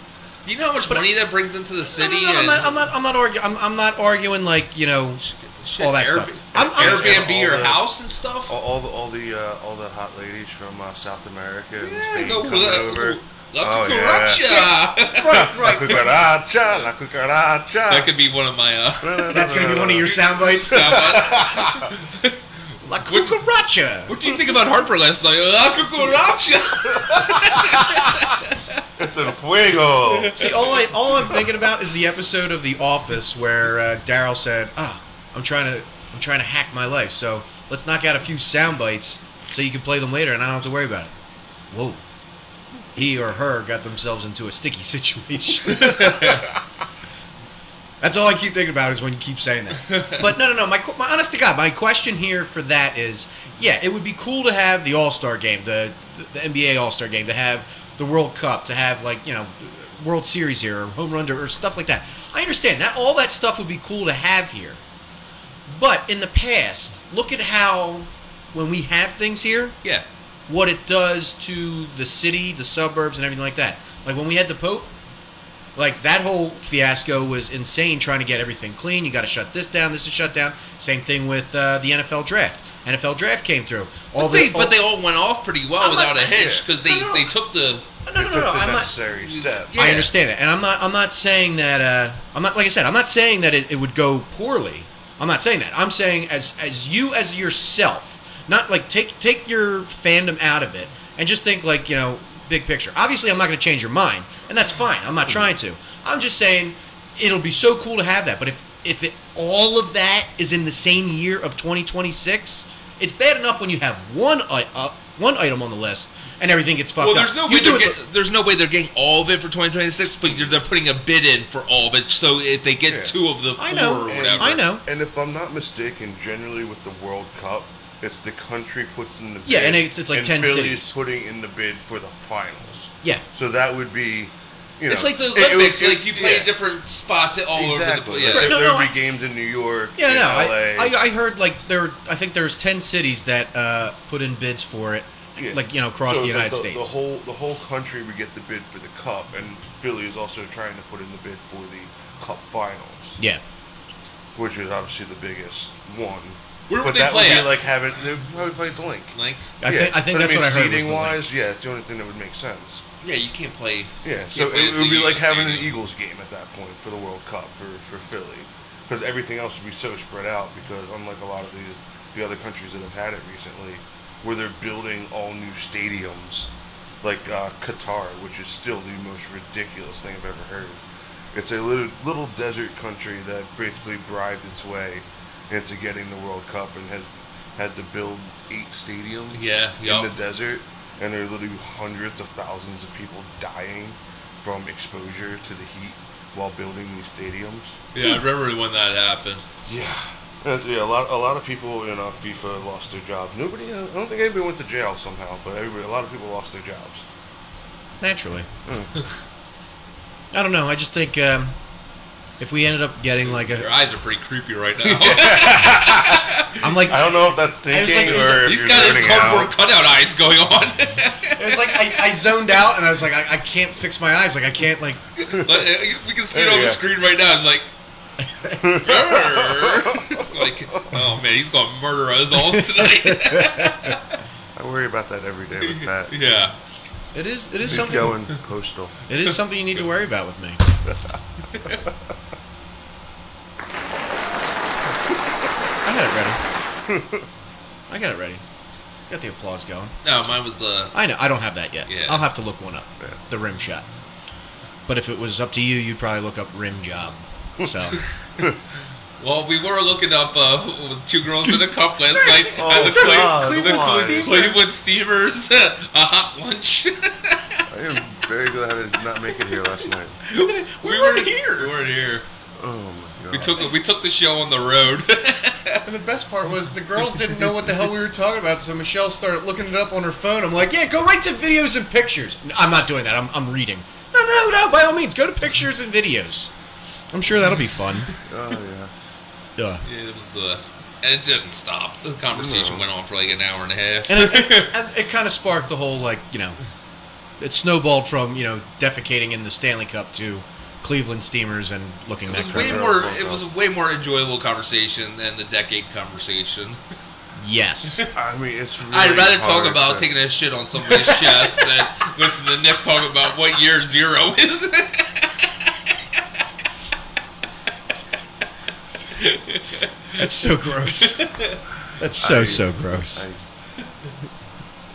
Speaker 4: You know how much money that brings into the
Speaker 3: No, no,
Speaker 4: city?
Speaker 3: no, I'm
Speaker 4: and
Speaker 3: not. I'm not. I'm not arguing. I'm, I'm not arguing like you know
Speaker 4: shit,
Speaker 3: all that
Speaker 4: Airb-
Speaker 3: stuff. I'm, I'm,
Speaker 4: Airbnb
Speaker 7: all
Speaker 4: your
Speaker 7: the-
Speaker 4: house and stuff.
Speaker 7: All, all the all the uh, all the hot ladies from uh, South America and
Speaker 4: Yeah,
Speaker 7: Spain
Speaker 4: go-
Speaker 7: coming
Speaker 4: la-
Speaker 7: over.
Speaker 4: La
Speaker 7: Oh,
Speaker 4: cucaracha.
Speaker 7: La
Speaker 4: right, right. right.
Speaker 7: cucaracha, la cucaracha.
Speaker 4: That could be one of my uh,
Speaker 7: No, no, no,
Speaker 3: That's
Speaker 7: no,
Speaker 3: gonna be
Speaker 7: no,
Speaker 3: one of
Speaker 7: no.
Speaker 3: your sound bites. La cucaracha.
Speaker 4: What do you think about Harper last night? Uh, La cucaracha.
Speaker 7: It's el fuego.
Speaker 3: See, oh, all I all I'm thinking about is the episode of The Office where uh, Daryl said, "Ah, I'm trying to I'm trying to hack my life, so let's knock out a few sound bites so you can play them later and I don't have to worry about it. Whoa. He or her got themselves into a sticky situation. That's all I keep thinking about is when you keep saying that. But no, no, no. My, qu- my honest to God, my question here for that is, yeah, it would be cool to have the All Star Game, the the NBA All Star Game, to have the World Cup, to have like you know World Series here or home run to, or stuff like that. I understand that all that stuff would be cool to have here. But in the past, look at how when we have things here,
Speaker 4: Yeah.
Speaker 3: what it does to the city, the suburbs, and everything like that. Like when we had the Pope, like that whole fiasco was insane trying to get everything clean. You got to shut this down, this is shut down. Same thing with uh, the NFL draft. NFL draft came through. All
Speaker 4: but, they,
Speaker 3: the,
Speaker 4: but they all went off pretty well
Speaker 3: I'm
Speaker 4: without
Speaker 3: not-
Speaker 4: a hitch because they,
Speaker 3: No, no,
Speaker 4: they
Speaker 3: no.
Speaker 4: took the.
Speaker 3: no, no, no,
Speaker 7: took
Speaker 3: no.
Speaker 7: the
Speaker 3: I'm not.
Speaker 7: necessary step.
Speaker 4: Yeah.
Speaker 3: I understand that, and I'm not. I'm not saying that. Uh, I'm not. Like I said, I'm not saying that it, it would go poorly. I'm not saying that. I'm saying as as you as yourself, not like take take your fandom out of it and just think like you know big picture. Obviously, I'm not going to change your mind, and that's fine. I'm not trying to. I'm just saying it'll be so cool to have that. But if if it, all of that is in the same year of 2026, it's bad enough when you have one I, uh, one item on the list and everything gets fucked
Speaker 4: Well,
Speaker 3: up.
Speaker 4: there's no
Speaker 3: You
Speaker 4: way
Speaker 3: do
Speaker 4: they're
Speaker 3: it the-
Speaker 4: get, there's no way they're getting all of it for 2026, but you're, they're putting a bid in for all of it. So if they get
Speaker 7: Yeah.
Speaker 4: two of the four
Speaker 3: I know.
Speaker 4: or
Speaker 7: And-
Speaker 4: whatever,
Speaker 3: I know.
Speaker 7: And if I'm not mistaken, generally with the World Cup, it's the country puts in the bid.
Speaker 3: Yeah, and it's- it's like
Speaker 7: and
Speaker 3: 10
Speaker 7: Philly
Speaker 3: cities.
Speaker 7: is putting in the bid for the finals.
Speaker 3: Yeah.
Speaker 7: So that would be, you know,
Speaker 4: It's like the
Speaker 7: it- it would-
Speaker 4: Olympics.
Speaker 7: it-
Speaker 4: like you play
Speaker 7: yeah.
Speaker 4: different spots at all
Speaker 7: exactly.
Speaker 4: over the place.
Speaker 7: Like,
Speaker 4: Yeah.
Speaker 3: no,
Speaker 7: there
Speaker 3: no,
Speaker 7: would be
Speaker 3: I-
Speaker 7: games in New York,
Speaker 3: Yeah,
Speaker 7: in
Speaker 3: no, I,
Speaker 7: LA.
Speaker 3: I, I heard like there. I think there's ten cities that uh, put in bids for it,
Speaker 7: Yeah.
Speaker 3: like you know across
Speaker 7: So
Speaker 3: the
Speaker 7: it's like
Speaker 3: United States.
Speaker 7: The whole the whole country would get the bid for the cup, and Philly is also trying to put in the bid for the cup finals,
Speaker 3: yeah,
Speaker 7: which is obviously the biggest one.
Speaker 4: Where
Speaker 7: but
Speaker 4: would they
Speaker 7: that
Speaker 4: play
Speaker 7: would be
Speaker 4: at?
Speaker 7: like having they would probably play at the link.
Speaker 4: Like,
Speaker 3: I,
Speaker 7: yeah.
Speaker 3: think I think
Speaker 7: so,
Speaker 3: that's
Speaker 7: mean,
Speaker 3: what I heard. was the
Speaker 7: Seating
Speaker 3: link.
Speaker 7: wise, yeah, it's the only thing that would make sense.
Speaker 4: yeah, you can't play.
Speaker 7: Yeah,
Speaker 4: you
Speaker 7: so
Speaker 4: can't play
Speaker 7: it,
Speaker 4: at
Speaker 7: it would
Speaker 4: the
Speaker 7: be
Speaker 4: Yankee
Speaker 7: like having an
Speaker 4: Stadium.
Speaker 7: Eagles game at that point for the World Cup for, for Philly, because everything else would be so spread out. Because unlike a lot of these the other countries that have had it recently, where they're building all new stadiums, like uh, Qatar, which is still the most ridiculous thing I've ever heard. It's a little little desert country that basically bribed its way into getting the World Cup and has had to build eight stadiums
Speaker 4: Yeah,
Speaker 7: in
Speaker 4: yeah.
Speaker 7: the desert, and there are literally hundreds of thousands of people dying from exposure to the heat while building these stadiums.
Speaker 4: Yeah, I remember when that happened.
Speaker 7: Yeah. Uh, yeah, a lot, a lot of people in uh, FIFA lost their jobs. Nobody, uh, I don't think anybody went to jail somehow, but everybody, a lot of people lost their jobs.
Speaker 3: naturally.
Speaker 7: Mm.
Speaker 3: I don't know. I just think um, if we ended up getting like
Speaker 4: Your
Speaker 3: a,
Speaker 4: eyes are pretty creepy right now.
Speaker 3: I'm like
Speaker 7: I don't know if that's
Speaker 3: like-
Speaker 7: thinking
Speaker 3: it was
Speaker 7: or
Speaker 3: like-
Speaker 7: if
Speaker 4: He's
Speaker 7: you're
Speaker 4: got his
Speaker 7: zoning
Speaker 4: cardboard
Speaker 7: out.
Speaker 4: cutout eyes going on.
Speaker 3: it was like I, I zoned out and I was like I, I can't fix my eyes. Like I can't like.
Speaker 4: But, uh, we can see it
Speaker 7: There
Speaker 4: on the
Speaker 7: you go.
Speaker 4: screen right now. It's like, "Grr." like, oh man, he's gonna murder us all tonight.
Speaker 7: I worry about that every day with Pat.
Speaker 4: yeah.
Speaker 3: It is it is
Speaker 7: He's
Speaker 3: something.
Speaker 7: going postal.
Speaker 3: It is something you need to worry about with me. I got it ready. I got it ready. Got the applause going.
Speaker 4: No, mine was the.
Speaker 3: I know. I don't have that yet.
Speaker 4: Yeah.
Speaker 3: I'll have to look one up.
Speaker 7: Yeah.
Speaker 3: The rim shot. But if it was up to you, you'd probably look up rim job. So
Speaker 4: Well, we were looking up uh, with two girls in a cup last night at the,
Speaker 7: Oh, God,
Speaker 4: Cle- the
Speaker 7: why?
Speaker 4: Cle- Cleveland Steamers a hot lunch.
Speaker 7: I am very glad I did not make it here last night.
Speaker 4: we, weren't here. We weren't here.
Speaker 7: Oh my god.
Speaker 4: We took the, we took the show on the road.
Speaker 3: And the best part was the girls didn't know what the hell we were talking about, so Michelle started looking it up on her phone. I'm like, yeah, go right to videos and pictures. "No, I'm not doing that. I'm, I'm reading. No, no, no. By all means, go to pictures and videos. I'm sure that'll be fun.
Speaker 7: Oh yeah.
Speaker 3: Duh.
Speaker 4: it was uh, and it didn't stop. The conversation
Speaker 7: No.
Speaker 4: went on for like an hour and a half.
Speaker 3: And it, and it kind of sparked the whole like you know, it snowballed from you know defecating in the Stanley Cup to Cleveland Steamers and looking
Speaker 4: It
Speaker 3: that
Speaker 4: was
Speaker 3: crap.
Speaker 4: way
Speaker 7: Trevor
Speaker 4: more.
Speaker 7: Rowe
Speaker 4: It was a way more enjoyable conversation than the decade conversation.
Speaker 3: Yes.
Speaker 7: I mean, it's really
Speaker 4: I'd rather
Speaker 7: hard
Speaker 4: talk about
Speaker 7: to-
Speaker 4: taking a shit on somebody's chest than listen to Nick talk about what year zero is.
Speaker 3: That's so gross. That's so
Speaker 7: I-
Speaker 3: so gross.
Speaker 7: I-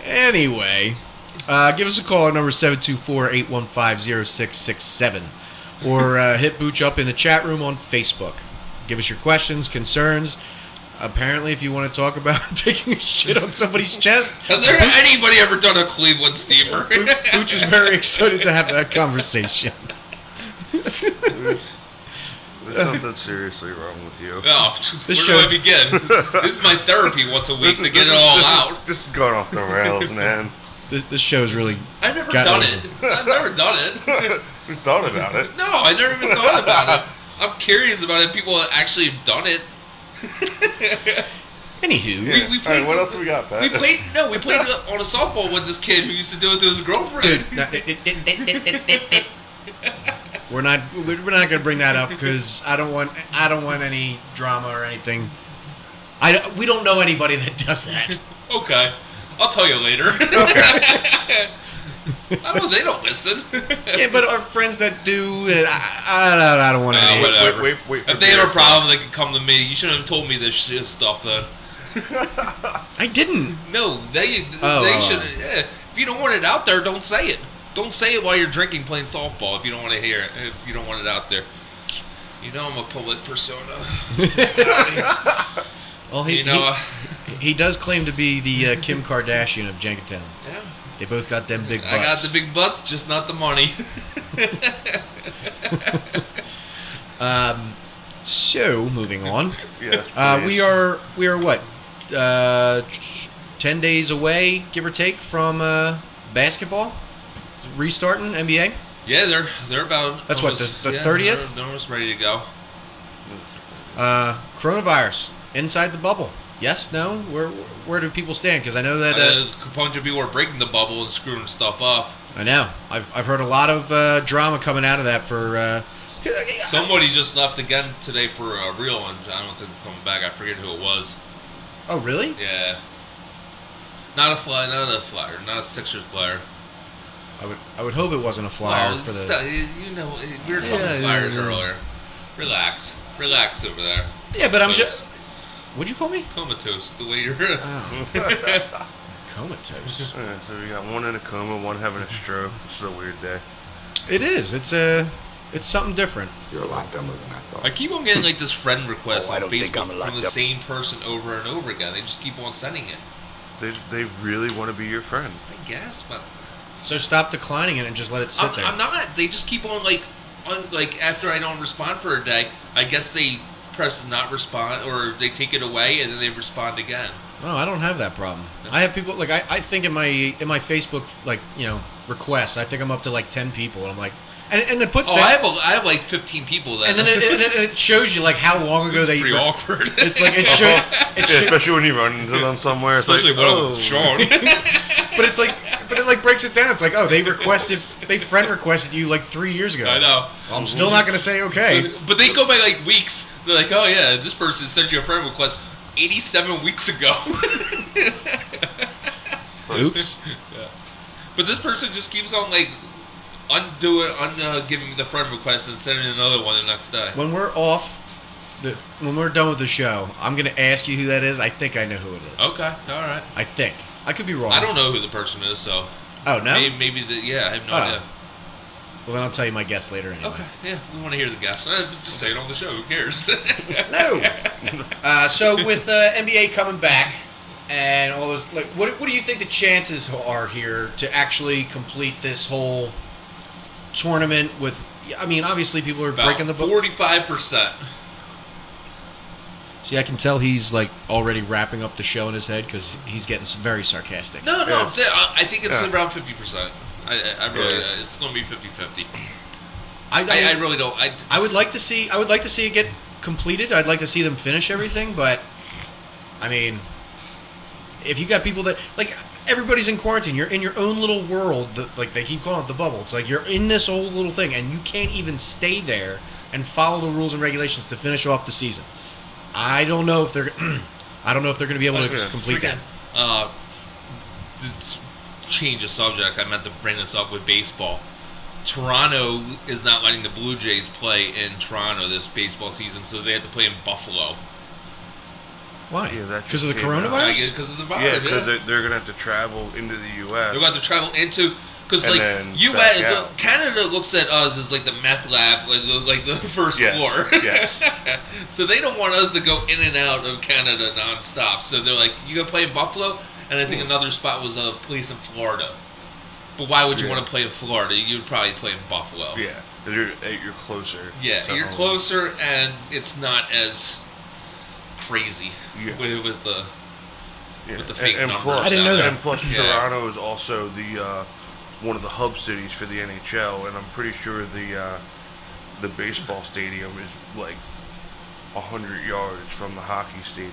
Speaker 3: Anyway, uh, give us a call at number 724-815-0667 or uh, hit Booch up in the chat room on Facebook. Give us your questions, concerns, uh, Apparently, if you want to talk about taking a shit on somebody's chest,
Speaker 4: Has there anybody ever done a Cleveland steamer?
Speaker 3: Pooch is very excited to have that conversation.
Speaker 7: There's, there's something seriously wrong with you.
Speaker 4: Oh, where
Speaker 3: This
Speaker 4: do
Speaker 3: show-
Speaker 4: I begin? this is my therapy once a week to get it all
Speaker 7: this
Speaker 4: out.
Speaker 7: Is, this has gone off the rails, man.
Speaker 3: Th- this show is really.
Speaker 4: I've never
Speaker 3: Got
Speaker 4: done
Speaker 3: over.
Speaker 4: it. I've never done it.
Speaker 7: we thought about it.
Speaker 4: No, I never even thought about it. I'm curious about it. People actually have done it.
Speaker 3: Anywho,
Speaker 4: We- we
Speaker 7: All right,
Speaker 4: played-
Speaker 7: what else do we got, Pat?
Speaker 4: we played no, we played on a softball with this kid who used to do it to his girlfriend.
Speaker 3: dude, no, it- it- it- it- it- it- we're not we're not gonna bring that up because I don't want I don't want any drama or anything. I don't- we don't know anybody that does that.
Speaker 4: okay, I'll tell you later. I don't. They don't listen.
Speaker 3: yeah, but our friends that do, and I, I, don't- I don't want
Speaker 4: Ah,
Speaker 3: any.
Speaker 4: whatever.
Speaker 7: wait- wait for
Speaker 4: if they have
Speaker 7: beer.
Speaker 4: a problem, they can come to me. You shouldn't have told me this shit stuff then.
Speaker 3: I didn't.
Speaker 4: No, they
Speaker 3: Oh,
Speaker 4: they
Speaker 3: oh,
Speaker 4: should.
Speaker 3: oh.
Speaker 4: Yeah. If you don't want it out there, don't say it. Don't say it while you're drinking, playing softball. If you don't want to hear it, if you don't want it out there, you know I'm a public persona.
Speaker 3: Well, he,
Speaker 4: you know, uh,
Speaker 3: he, he does claim to be the uh, Kim Kardashian of Jenkintown.
Speaker 4: yeah.
Speaker 3: They both got them big butts.
Speaker 4: I got the big butts, just not the money.
Speaker 3: Um, so moving on,
Speaker 7: yes,
Speaker 3: uh,
Speaker 7: please.
Speaker 3: we are we are what uh, ten days away, give or take, from uh, basketball restarting NBA.
Speaker 4: yeah, they're they're about.
Speaker 3: That's what,
Speaker 4: almost-
Speaker 3: the- the
Speaker 4: yeah,
Speaker 3: 30th?
Speaker 4: They're, they're almost ready to go.
Speaker 3: Uh, coronavirus inside the bubble. Yes, no. Where where do people stand? Because I know that uh,
Speaker 4: Uh, a bunch of people are breaking the bubble and screwing stuff up.
Speaker 3: I know I've, I've heard a lot of uh, drama coming out of that for. Uh,
Speaker 4: Somebody just left again today for a real one. I don't think it's coming back. I forget who it was.
Speaker 3: oh really?
Speaker 4: Yeah. Not a flyer, not a flyer, not a Sixers player.
Speaker 3: I would I would hope it wasn't a flyer
Speaker 4: Well,
Speaker 3: for the.
Speaker 4: so- you know, we were talking
Speaker 3: Yeah, yeah,
Speaker 4: flyers
Speaker 3: yeah.
Speaker 4: earlier. Relax, relax over there.
Speaker 3: Yeah, but I'm
Speaker 4: Comatose.
Speaker 3: just. Would you call me?
Speaker 4: comatose the way you're.
Speaker 3: Oh, comatose.
Speaker 7: All right, so we got one in a coma, one having a stroke. This is a weird day.
Speaker 3: It is. It's a. It's something different.
Speaker 4: I keep on getting like this friend request on Facebook from the same person over and over again. They just keep on sending it.
Speaker 7: They, they really want to be your friend.
Speaker 4: I guess, but
Speaker 3: So stop declining it and just let it sit
Speaker 4: I'm,
Speaker 3: there.
Speaker 4: I'm not. They just keep on like, on like after I don't respond for a day, I guess they press the not respond or they take it away and then they respond again.
Speaker 3: No, Oh, I don't have that problem. I have people like I, I think in my in my Facebook like you know requests I think I'm up to like ten people and I'm like and, and it puts
Speaker 4: Oh,
Speaker 3: that
Speaker 4: I have a, I have like 15 people that.
Speaker 3: and then it, it, it- it shows you like how long ago
Speaker 4: It's
Speaker 3: they
Speaker 4: pretty awkward.
Speaker 3: it's like it shows it
Speaker 7: Yeah,
Speaker 3: shows,
Speaker 7: especially when you run into them somewhere. It's
Speaker 4: Especially
Speaker 7: like,
Speaker 4: when
Speaker 7: oh.
Speaker 4: I'm Sean.
Speaker 3: but it's like but it like breaks it down. It's like oh they requested they friend requested you like three years ago.
Speaker 4: I know.
Speaker 3: Well, I'm still not gonna say okay.
Speaker 4: But they go by like weeks. They're like, oh yeah, this person sent you a friend request 87 weeks ago.
Speaker 3: Oops.
Speaker 4: Yeah. But this person just keeps on like undo it, un uh, giving me the friend request and sending another one the next day.
Speaker 3: When we're off the when we're done with the show I'm gonna ask you who that is. I think I know who it is.
Speaker 4: Okay, all right.
Speaker 3: I think I could be wrong.
Speaker 4: I don't know who the person is, so
Speaker 3: Oh no.
Speaker 4: maybe, maybe the yeah, I have no
Speaker 3: Oh.
Speaker 4: idea.
Speaker 3: Well then I'll tell you my guess later anyway.
Speaker 4: Okay, yeah, we want to hear the guess. Uh, just say it on the show. Who cares?
Speaker 3: No. uh, so with uh, NBA coming back and all those, like, what, what do you think the chances are here to actually complete this whole tournament? With, I mean, obviously people are breaking the board.
Speaker 4: 45 percent.
Speaker 3: See, I can tell he's like already wrapping up the show in his head because he's getting s- very sarcastic.
Speaker 4: No, no,
Speaker 7: Yeah.
Speaker 4: I'm saying, I, I think it's
Speaker 7: Yeah.
Speaker 4: around 50 percent. I, I, I really,
Speaker 7: Yeah.
Speaker 4: uh, it's going to be 50-50.
Speaker 3: I,
Speaker 4: I, I really don't. I,
Speaker 3: I would like to see. I would like to see it get completed. I'd like to see them finish everything, but I mean, if you got people that like everybody's in quarantine, you're in your own little world. That, like they keep calling it the bubble. It's like you're in this old little thing, and you can't even stay there and follow the rules and regulations to finish off the season. I don't know if they're. I don't know if they're going to be able to
Speaker 7: Okay.
Speaker 3: complete that.
Speaker 4: Uh, this change of subject. I meant to bring this up with baseball. Toronto is not letting the Blue Jays play in Toronto this baseball season, so they have to play in Buffalo.
Speaker 3: Why?
Speaker 7: Yeah, that
Speaker 3: Because of
Speaker 7: just
Speaker 3: the
Speaker 7: came out.
Speaker 3: coronavirus.
Speaker 4: Because of the
Speaker 7: Yeah,
Speaker 4: virus.
Speaker 7: because they're, they're going to have to travel into the U.S.
Speaker 4: They're about to travel into Because
Speaker 7: And
Speaker 4: like
Speaker 7: then
Speaker 4: you,
Speaker 7: back
Speaker 4: had-
Speaker 7: out.
Speaker 4: Canada looks at us as like the meth lab, like the, like the first
Speaker 7: Yes,
Speaker 4: floor.
Speaker 7: yes.
Speaker 4: so they don't want us to go in and out of Canada nonstop. So they're like, you gonna play in Buffalo? And I think another spot was a place in Florida. But why would you
Speaker 7: Yeah.
Speaker 4: want to play in Florida? You'd probably play in Buffalo.
Speaker 7: Yeah, 'cause you're you're closer.
Speaker 4: Yeah,
Speaker 7: to
Speaker 4: you're
Speaker 7: home.
Speaker 4: closer, and it's not as crazy
Speaker 7: Yeah.
Speaker 4: with, with the.
Speaker 7: Yeah.
Speaker 4: with the fake
Speaker 7: and, and
Speaker 4: numbers
Speaker 7: plus,
Speaker 4: I didn't know that.
Speaker 7: And plus,
Speaker 4: Yeah.
Speaker 7: Toronto is also the uh, one of the hub cities for the NHL, and I'm pretty sure the uh, the baseball stadium is like hundred yards from the hockey stadium.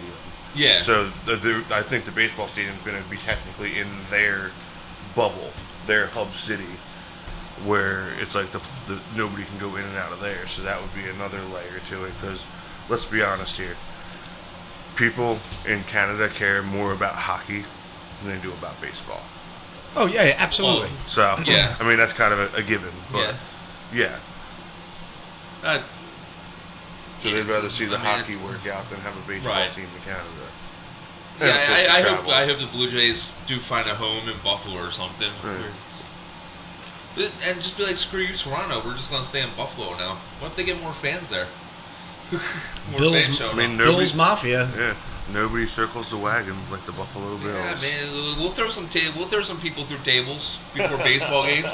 Speaker 4: Yeah.
Speaker 7: So the, the, I think the baseball stadium is going to be technically in their bubble, their hub city, where it's like the, the nobody can go in and out of there. So that would be another layer to it. Because let's be honest here, people in Canada care more about hockey than they do about baseball.
Speaker 3: Oh yeah, yeah, absolutely.
Speaker 4: Oh.
Speaker 7: So
Speaker 4: Yeah.
Speaker 7: I mean that's kind of a, a given, but yeah.
Speaker 4: That's-
Speaker 7: So
Speaker 4: Yeah,
Speaker 7: they'd
Speaker 4: it's-
Speaker 7: rather see the
Speaker 4: I mean,
Speaker 7: hockey
Speaker 4: it's-
Speaker 7: work out than have a baseball
Speaker 4: Right.
Speaker 7: team in Canada. And of course,
Speaker 4: Yeah,
Speaker 7: the
Speaker 4: I, I hope
Speaker 7: travel.
Speaker 4: I hope the Blue Jays do find a home in Buffalo or something.
Speaker 7: Right.
Speaker 4: But- And just be like, screw you, Toronto. We're just gonna stay in Buffalo now. What if they get more fans there? more
Speaker 3: Bills-
Speaker 4: fans showing
Speaker 7: I mean,
Speaker 4: up.
Speaker 7: nobody-
Speaker 3: Bills Mafia.
Speaker 7: Yeah, nobody circles the wagons like the Buffalo Bills.
Speaker 4: Yeah, man. We'll throw some ta- we'll throw some people through tables before baseball games.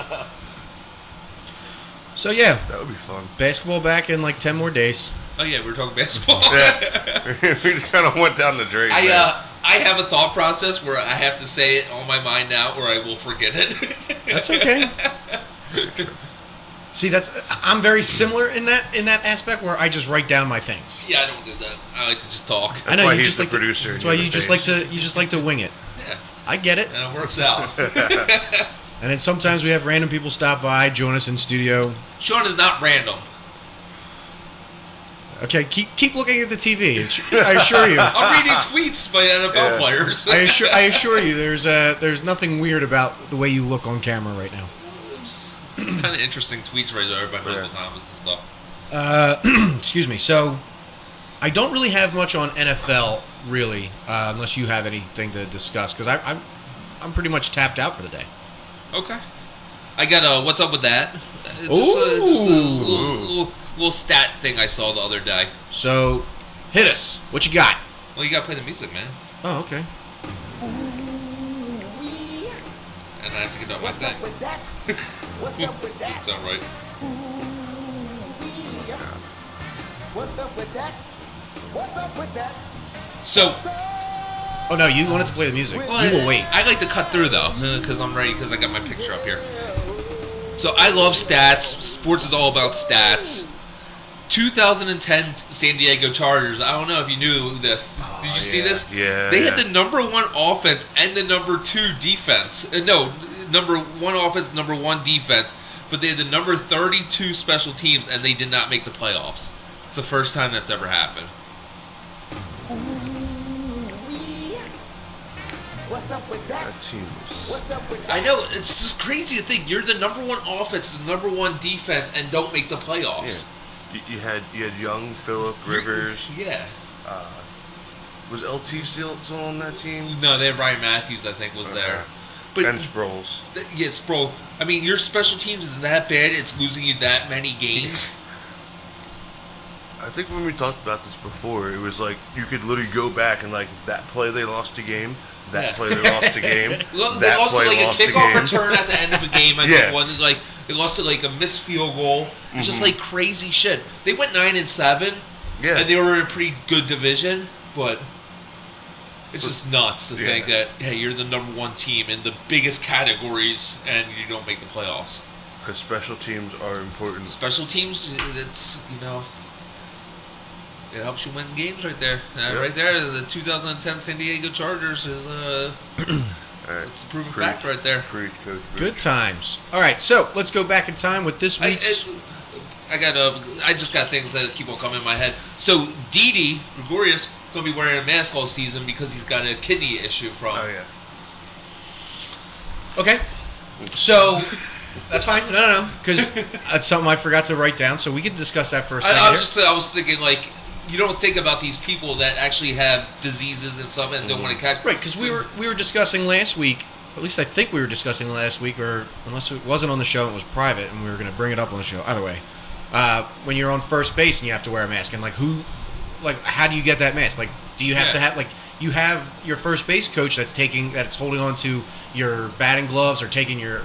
Speaker 3: So yeah,
Speaker 7: That would be fun.
Speaker 3: basketball back in like ten more days.
Speaker 4: Oh yeah, we were talking basketball.
Speaker 7: Yeah, we just kind of went down the drain.
Speaker 4: I
Speaker 7: there.
Speaker 4: uh, I have a thought process where I have to say it on my mind now, or I will forget it.
Speaker 3: That's okay. See, that's I'm very similar in that in that aspect where I just write down my things.
Speaker 4: yeah, I don't do that. I like to just talk.
Speaker 3: I know
Speaker 7: why
Speaker 3: you
Speaker 7: he's
Speaker 3: just
Speaker 7: the
Speaker 3: like
Speaker 7: producer
Speaker 3: To,
Speaker 7: and
Speaker 3: that's why
Speaker 7: you're
Speaker 3: you
Speaker 7: the
Speaker 3: just like
Speaker 7: face.
Speaker 3: to you just like to wing it.
Speaker 4: Yeah.
Speaker 3: I get it.
Speaker 4: and it works out.
Speaker 3: And then sometimes we have random people stop by, join us in studio.
Speaker 4: Sean is not random.
Speaker 3: Okay, keep keep looking at the TV. I assure you.
Speaker 4: I'm reading tweets by NFL
Speaker 7: Yeah.
Speaker 4: players.
Speaker 3: I assure, I assure you, there's uh, there's nothing weird about the way you look on camera right now.
Speaker 4: kind of interesting tweets right there by Michael
Speaker 7: Yeah.
Speaker 4: Thomas and stuff.
Speaker 3: Uh, excuse me. So, I don't really have much on NFL, really, uh, unless you have anything to discuss, because I'm I'm pretty much tapped out for the day.
Speaker 4: Okay. I got a what's up with that? It's just a, just a little,
Speaker 7: Ooh.
Speaker 4: little, little stat thing I saw the other day.
Speaker 3: So, hit us. What you got?
Speaker 4: Well, you gotta play the music, man.
Speaker 3: Oh, okay.
Speaker 4: And I have to get done my thing.
Speaker 2: that? What's up with that?
Speaker 4: Doesn't sound right.
Speaker 2: What's up with that? What's up with that?
Speaker 4: So,
Speaker 3: Oh no, you wanted to play the music.
Speaker 4: well,
Speaker 3: you will wait.
Speaker 4: I like to cut through though, because I'm ready, because I got my picture up here. So I love stats. Sports is all about stats. 2010 San Diego Chargers. I don't know if you knew this. Did you see
Speaker 7: Oh, yeah.
Speaker 4: this?
Speaker 7: Yeah,
Speaker 4: They had
Speaker 7: yeah.
Speaker 4: the number one offense and the number two defense. Uh, no, number one offense, number one defense. But they had the number 32 special teams, and they did not make the playoffs. It's the first time that's ever happened.
Speaker 2: What's up with that?
Speaker 7: That team was.
Speaker 2: What's up with that?
Speaker 4: I know it's just crazy to think you're the number one offense, the number one defense, and don't make the
Speaker 7: Yeah.
Speaker 4: playoffs.
Speaker 7: You, you had you had young Philip Rivers.
Speaker 4: Yeah.
Speaker 7: Uh, was LT still still on that team?
Speaker 4: No, they had Ryan Matthews, I think, was there.
Speaker 7: Okay.
Speaker 4: But
Speaker 7: ben Sproles.
Speaker 4: Th- Yes, bro. I mean, your special teams is that bad. It's losing you that many games.
Speaker 7: I think when we talked about this before, it was like you could literally go back and like that play they lost a game, that
Speaker 4: Yeah.
Speaker 7: play they lost a game,
Speaker 4: Lo- they
Speaker 7: that
Speaker 4: lost to,
Speaker 7: play
Speaker 4: like
Speaker 7: lost
Speaker 4: a
Speaker 7: a
Speaker 4: kickoff
Speaker 7: game.
Speaker 4: return at the end of a game. I
Speaker 7: Yeah.
Speaker 4: think one like they lost to like a missed field goal. It's Just
Speaker 7: Mhm.
Speaker 4: like crazy shit. They went nine and seven.
Speaker 7: Yeah.
Speaker 4: And they were in a pretty good division, but it's just nuts to think
Speaker 7: Yeah.
Speaker 4: that hey, you're the number one team in the biggest categories, and you don't make the playoffs.
Speaker 7: Because special teams are important.
Speaker 4: Special teams, it's you know, it helps you win games right there. Uh,
Speaker 7: Yep.
Speaker 4: Right there, the 2010 San Diego Chargers is uh,
Speaker 7: All right.
Speaker 4: it's a proven
Speaker 7: Preach.
Speaker 4: fact right there.
Speaker 7: Preach, coach.
Speaker 3: Good
Speaker 7: preach.
Speaker 3: times. All right, so let's go back in time with this
Speaker 4: I,
Speaker 3: week's.
Speaker 4: I, I got uh, I just got things that keep on coming in my head. So Didi Gregorius gonna be wearing a mask all season because he's got a kidney issue from.
Speaker 7: Oh yeah.
Speaker 3: okay. So that's fine. No, no, no, because that's something I forgot to write down. So we can discuss that for a second.
Speaker 4: I, I
Speaker 3: here.
Speaker 4: was just I was thinking like you don't think about these
Speaker 7: Mm-hmm.
Speaker 4: people that actually have diseases and stuff and don't want to catch Mm-hmm.
Speaker 3: Right, because we were we were discussing last week at least I think we were discussing last week, or unless it wasn't on the show, it was private, and we were going to bring it up on the show. Either way, uh, when you're on first base and you have to wear a mask, and like who, like how do you get that mask? Like, do you have to
Speaker 4: Yeah.
Speaker 3: have like you have your first base coach that's taking that's holding on to your batting gloves or taking your,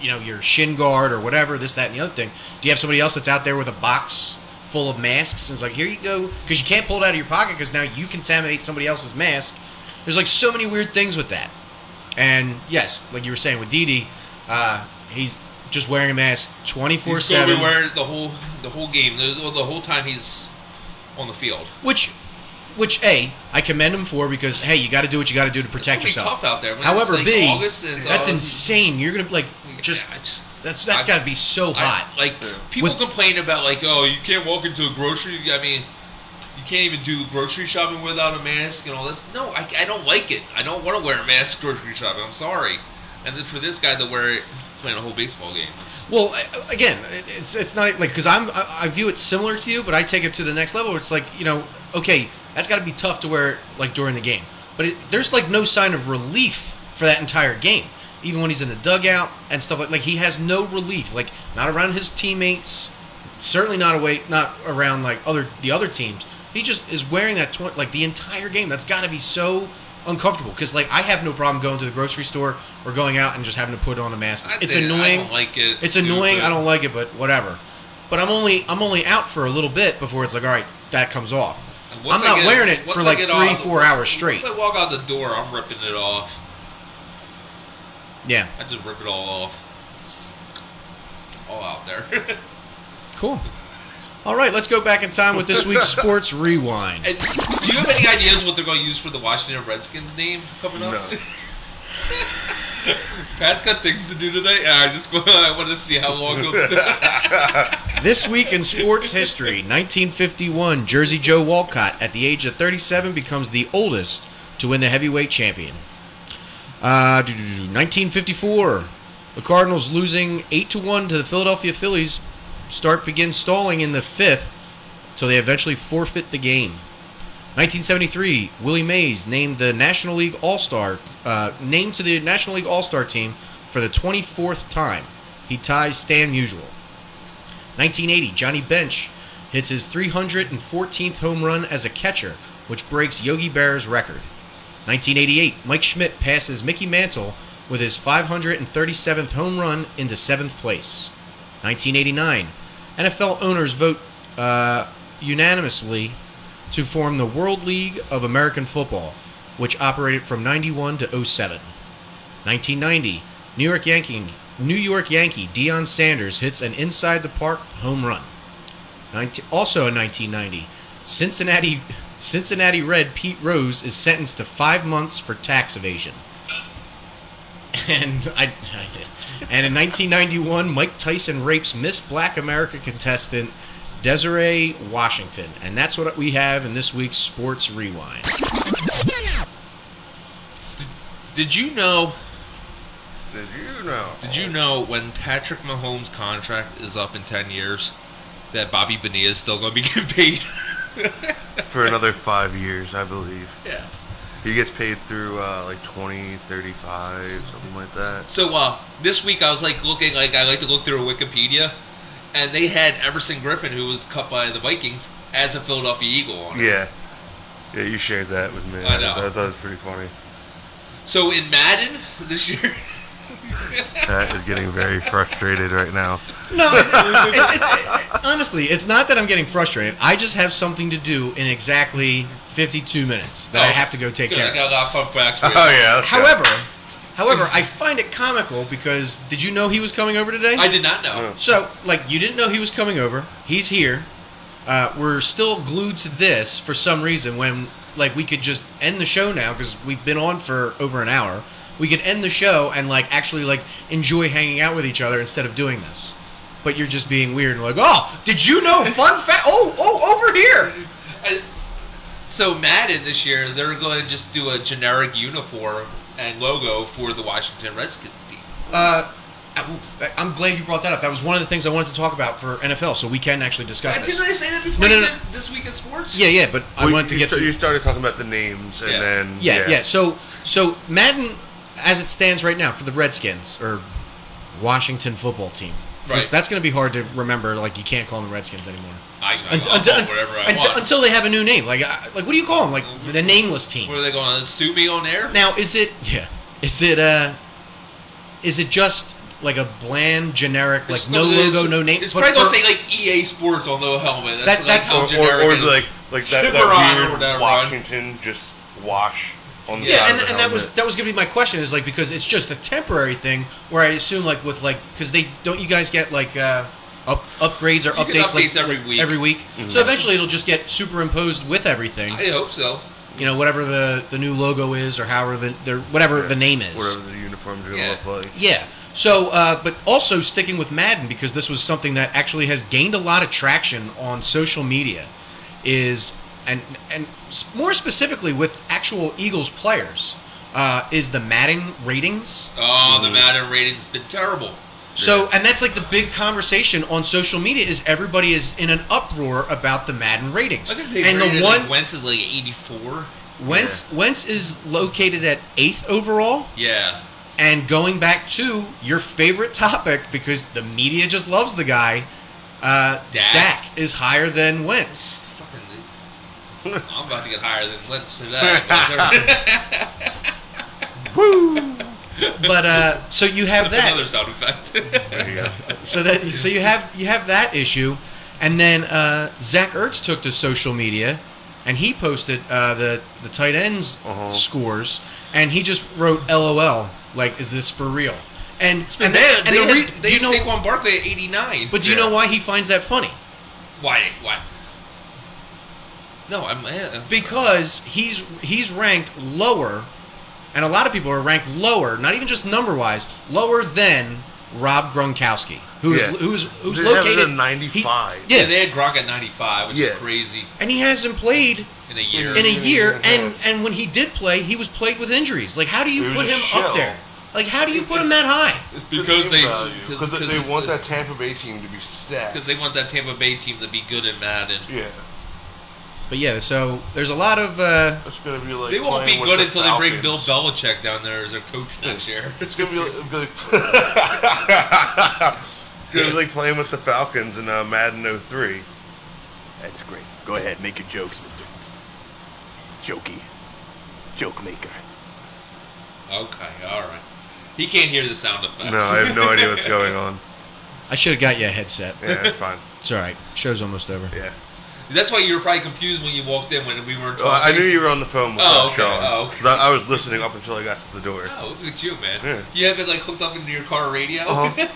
Speaker 3: you know, your shin guard or whatever, this, that, and the other thing. Do you have somebody else that's out there with a box? Full of masks, and it's like, here you go, because you can't pull it out of your pocket because now you contaminate somebody else's mask. There's like so many weird things with that. And yes, like you were saying with Didi, uh, he's just wearing a mask 24
Speaker 4: He's going to be
Speaker 3: 7.
Speaker 4: wearing it the whole the whole game, the, the whole time he's on the field.
Speaker 3: Which, which A, I commend him for because, hey, you got to do what you got to do to protect
Speaker 4: it's gonna
Speaker 3: yourself.
Speaker 4: Be tough out there. When
Speaker 3: However,
Speaker 4: it's like
Speaker 3: B,
Speaker 4: August and it's
Speaker 3: that's
Speaker 4: all-
Speaker 3: insane. You're going to, like, just,
Speaker 4: Yeah, I just-
Speaker 3: that's that's
Speaker 4: I-
Speaker 3: got to be so hot.
Speaker 4: I, like people
Speaker 3: With-
Speaker 4: complain about like oh you can't walk into a grocery. I mean you can't even do grocery shopping without a mask and all this. No, I, I don't like it. I don't want to wear a mask grocery shopping. I'm sorry. And then for this guy to wear it playing a whole baseball game,
Speaker 3: Well, a- again, it- it's it's not like because I'm I I view it similar to you, but I take it to the next level. Where it's like you know, okay, that's got to be tough to wear like during the game, but it, there's like no sign of relief for that entire game, even when he's in the dugout and stuff like like he has no relief, like not around his teammates, certainly not away, not around like other the other teams. He just is wearing that tw- like the entire game. That's got to be so uncomfortable because like I have no problem going to the grocery store or going out and just having to put on a mask.
Speaker 4: I
Speaker 3: it's
Speaker 4: think- I
Speaker 3: annoying.
Speaker 4: don't like it.
Speaker 3: It's annoying.
Speaker 4: stupid.
Speaker 3: I don't like it, but whatever. But I'm only I'm only out for a little bit before it's like, all right, that comes off.
Speaker 4: And once
Speaker 3: I'm
Speaker 4: I
Speaker 3: not
Speaker 4: get-
Speaker 3: wearing it
Speaker 4: once
Speaker 3: for
Speaker 4: I
Speaker 3: like
Speaker 4: get
Speaker 3: three,
Speaker 4: off-
Speaker 3: four
Speaker 4: once-
Speaker 3: hours straight.
Speaker 4: Once I walk out the door, I'm ripping it off.
Speaker 3: Yeah.
Speaker 4: I just rip it all off. It's all out there.
Speaker 3: Cool. All right, let's go back in time with this week's sports rewind.
Speaker 4: and do you have any ideas what they're going to use for the Washington Redskins name coming up?
Speaker 7: No.
Speaker 4: Pat's got things to do tonight, and I just I want to see how long. He'll
Speaker 3: This week in sports history, 1951, Jersey Joe Walcott, at the age of 37, becomes the oldest to win the heavyweight champion. Uh, 1954, the Cardinals losing 8 to 1 to the Philadelphia Phillies start begin stalling in the fifth, so they eventually forfeit the game. 1973, Willie Mays named the National League All Star, uh, named to the National League All Star team for the 24th time. He ties Stan Musial. 1980, Johnny Bench hits his 314th home run as a catcher, which breaks Yogi Berra's record. 1988, Mike Schmidt passes Mickey Mantle with his 537th home run into seventh place. 1989, NFL owners vote uh, unanimously to form the World League of American Football, which operated from 91 to 07. 1990, New York Yankee New York Yankee Deion Sanders hits an inside the park home run. 19, also in 1990, Cincinnati Cincinnati Red Pete Rose is sentenced to five months for tax evasion. And I, and in 1991, Mike Tyson rapes Miss Black America contestant Desiree Washington, and that's what we have in this week's sports rewind.
Speaker 4: Did you know?
Speaker 7: Did you know?
Speaker 4: Did you know when Patrick Mahomes' contract is up in ten years, that Bobby Bonilla is still going to be getting paid?
Speaker 7: For another five years, I believe.
Speaker 4: yeah.
Speaker 7: He gets paid through uh, like 20, 35, something like that.
Speaker 4: So uh, this week I was like looking, like I like to look through Wikipedia, and they had Everson Griffin, who was cut by the Vikings, as a Philadelphia Eagle. On it.
Speaker 7: Yeah. Yeah, you shared that with me.
Speaker 4: I know.
Speaker 7: thought it was pretty funny.
Speaker 4: So in Madden this year. Oh,
Speaker 7: Pat is getting very frustrated right now.
Speaker 3: No, it- it- it- honestly, it's not that I'm getting frustrated. I just have something to do in exactly 52 minutes that I
Speaker 4: Oh,
Speaker 3: have to go take
Speaker 4: good, I
Speaker 3: care
Speaker 4: got
Speaker 3: of.
Speaker 4: a lot of fun facts for
Speaker 7: Oh
Speaker 4: you.
Speaker 7: yeah. okay.
Speaker 3: However, however, I find it comical because did you know he was coming over today?
Speaker 4: I did not know.
Speaker 7: Oh.
Speaker 3: So, like, you didn't know he was coming over. He's here. Uh, we're still glued to this for some reason when, like, we could just end the show now because we've been on for over an hour. We could end the show and, like, actually, like, enjoy hanging out with each other instead of doing this. But you're just being weird and like, oh, did you know? Fun fact. Oh, oh, over here.
Speaker 4: I- so Madden this year, they're going to just do a generic uniform and logo for the Washington Redskins team.
Speaker 3: Uh, I- I'm glad you brought that up. That was one of the things I wanted to talk about for NFL, so we can actually discuss
Speaker 4: Didn't
Speaker 3: this.
Speaker 4: I say that before?
Speaker 3: No, no,
Speaker 4: you
Speaker 3: no.
Speaker 4: did This week in sports.
Speaker 3: Yeah, yeah, but I
Speaker 7: Well,
Speaker 3: wanted to
Speaker 7: you
Speaker 3: get
Speaker 7: sta-
Speaker 3: to
Speaker 7: you started talking about the names and
Speaker 4: Yeah.
Speaker 7: then
Speaker 3: yeah, yeah. So so Madden as it stands right now for the Redskins or Washington football team. 'Cause
Speaker 4: Right.
Speaker 3: That's going to be hard to remember. Like you can't call them the Redskins anymore.
Speaker 4: I, I
Speaker 3: Until,
Speaker 4: I'll
Speaker 3: until,
Speaker 4: call it whatever I
Speaker 3: until,
Speaker 4: want.
Speaker 3: until they have a new name. Like I, like what do you call them? Like the nameless team.
Speaker 4: what are they going to sue me on air?
Speaker 3: Now, is it yeah? Is it uh? Is it just like a bland, generic, like
Speaker 4: It's
Speaker 3: no
Speaker 4: gonna-
Speaker 3: logo, no name?
Speaker 4: It's
Speaker 3: but
Speaker 4: probably gonna
Speaker 3: for-
Speaker 4: say like EA Sports on the helmet.
Speaker 3: That-
Speaker 4: That's,
Speaker 3: that's-
Speaker 4: like,
Speaker 3: Or-
Speaker 4: how
Speaker 7: or,
Speaker 4: generic
Speaker 7: or
Speaker 4: it is.
Speaker 7: like like that,
Speaker 4: Tiburon
Speaker 7: that
Speaker 4: or
Speaker 7: weird
Speaker 4: whatever, Ron.
Speaker 7: Washington just wash on the
Speaker 3: Yeah,
Speaker 7: side
Speaker 3: and,
Speaker 7: of the
Speaker 3: and that was
Speaker 7: helmet.
Speaker 3: that was gonna be my question is like because it's just a temporary thing where I assume like with like because they don't you guys get like uh, up, upgrades or
Speaker 4: You get
Speaker 3: updates, like,
Speaker 4: updates every
Speaker 3: like,
Speaker 4: week. Mm-hmm.
Speaker 3: every week. So eventually it'll just get superimposed with everything.
Speaker 4: I hope so.
Speaker 3: You know whatever the the new logo is or however the their, whatever the name is.
Speaker 7: whatever the uniforms are gonna
Speaker 4: Yeah.
Speaker 7: look like.
Speaker 3: Yeah. So, uh, but also sticking with Madden because this was something that actually has gained a lot of traction on social media, is and and s- more specifically with actual Eagles players, uh, is the Madden ratings.
Speaker 4: Oh,
Speaker 3: Mm.
Speaker 4: the Madden rating's been terrible.
Speaker 3: So, and that's like the big conversation on social media is everybody is in an uproar about the Madden ratings.
Speaker 4: I think they
Speaker 3: and
Speaker 4: rated
Speaker 3: the
Speaker 4: like,
Speaker 3: one
Speaker 4: Wentz is like 84.
Speaker 3: Wentz Wentz is located at eighth overall.
Speaker 4: Yeah.
Speaker 3: And going back to your favorite topic, because the media just loves the guy, uh,
Speaker 4: Dak?
Speaker 3: Dak. is higher than Wentz.
Speaker 4: Fucking. I'm about to get higher than Wentz to that.
Speaker 3: Woo! But uh, so you have
Speaker 4: That's another
Speaker 3: that.
Speaker 4: sound effect.
Speaker 7: There you go.
Speaker 3: So that so you have you have that issue, and then uh, Zach Ertz took to social media, and he posted uh, the the tight ends
Speaker 7: Uh-huh.
Speaker 3: scores, and he just wrote LOL like is this for real? And and,
Speaker 4: Man,
Speaker 3: that- and
Speaker 4: they
Speaker 3: the
Speaker 4: had,
Speaker 3: re-
Speaker 4: they
Speaker 3: you
Speaker 4: had
Speaker 3: know,
Speaker 4: Saquon Barkley at 89.
Speaker 3: but do you
Speaker 7: Yeah.
Speaker 3: know why he finds that funny?
Speaker 4: why? Why? No, I'm. Uh,
Speaker 3: because he's he's ranked lower, and a lot of people are ranked lower, not even just number wise, lower than Rob Gronkowski, who is
Speaker 7: Yeah.
Speaker 3: who's who's
Speaker 7: They have it
Speaker 3: located
Speaker 7: at 95.
Speaker 3: he- yeah,
Speaker 4: they had Gronk at 95, which
Speaker 7: Yeah.
Speaker 4: is crazy
Speaker 3: and he hasn't played
Speaker 4: in a year.
Speaker 3: in a year,
Speaker 7: Yeah.
Speaker 3: and and when he did play, he was played with injuries. Like how do
Speaker 7: He
Speaker 3: you
Speaker 7: was
Speaker 3: put
Speaker 7: a
Speaker 3: him
Speaker 7: shell.
Speaker 3: up there? Like how do you put him that high?
Speaker 4: because they
Speaker 7: because they,
Speaker 4: it's-
Speaker 7: want that Tampa Bay team to be stacked.
Speaker 4: because they want that Tampa Bay team to be good at Madden.
Speaker 7: yeah,
Speaker 3: But yeah, so there's a lot of uh,
Speaker 7: it's gonna be like
Speaker 4: They won't be
Speaker 7: playing with
Speaker 4: good
Speaker 7: the
Speaker 4: until they bring Bill
Speaker 7: Falcons.
Speaker 4: Belichick down there as their coach next year.
Speaker 7: It's gonna be like, it'll be like, It's gonna be like playing with the Falcons in uh, Madden 03.
Speaker 2: That's great. Go ahead, make your jokes, Mister Jokey, joke maker.
Speaker 4: Okay, all right. He can't hear the sound effects.
Speaker 7: No, I have no idea what's going on.
Speaker 3: I should have got you a headset.
Speaker 7: Yeah, it's fine.
Speaker 3: It's all right. Show's almost over.
Speaker 7: Yeah,
Speaker 4: That's why you were probably confused when you walked in when we weren't
Speaker 7: well,
Speaker 4: talking.
Speaker 7: I knew you were on the phone with
Speaker 4: Oh,
Speaker 7: uh,
Speaker 4: okay,
Speaker 7: Sean.
Speaker 4: oh, okay.
Speaker 7: 'cause I, I was listening up until I got to the door.
Speaker 4: Oh, look at you, man.
Speaker 7: Yeah. Uh-huh.
Speaker 4: You have it like hooked up into your car radio.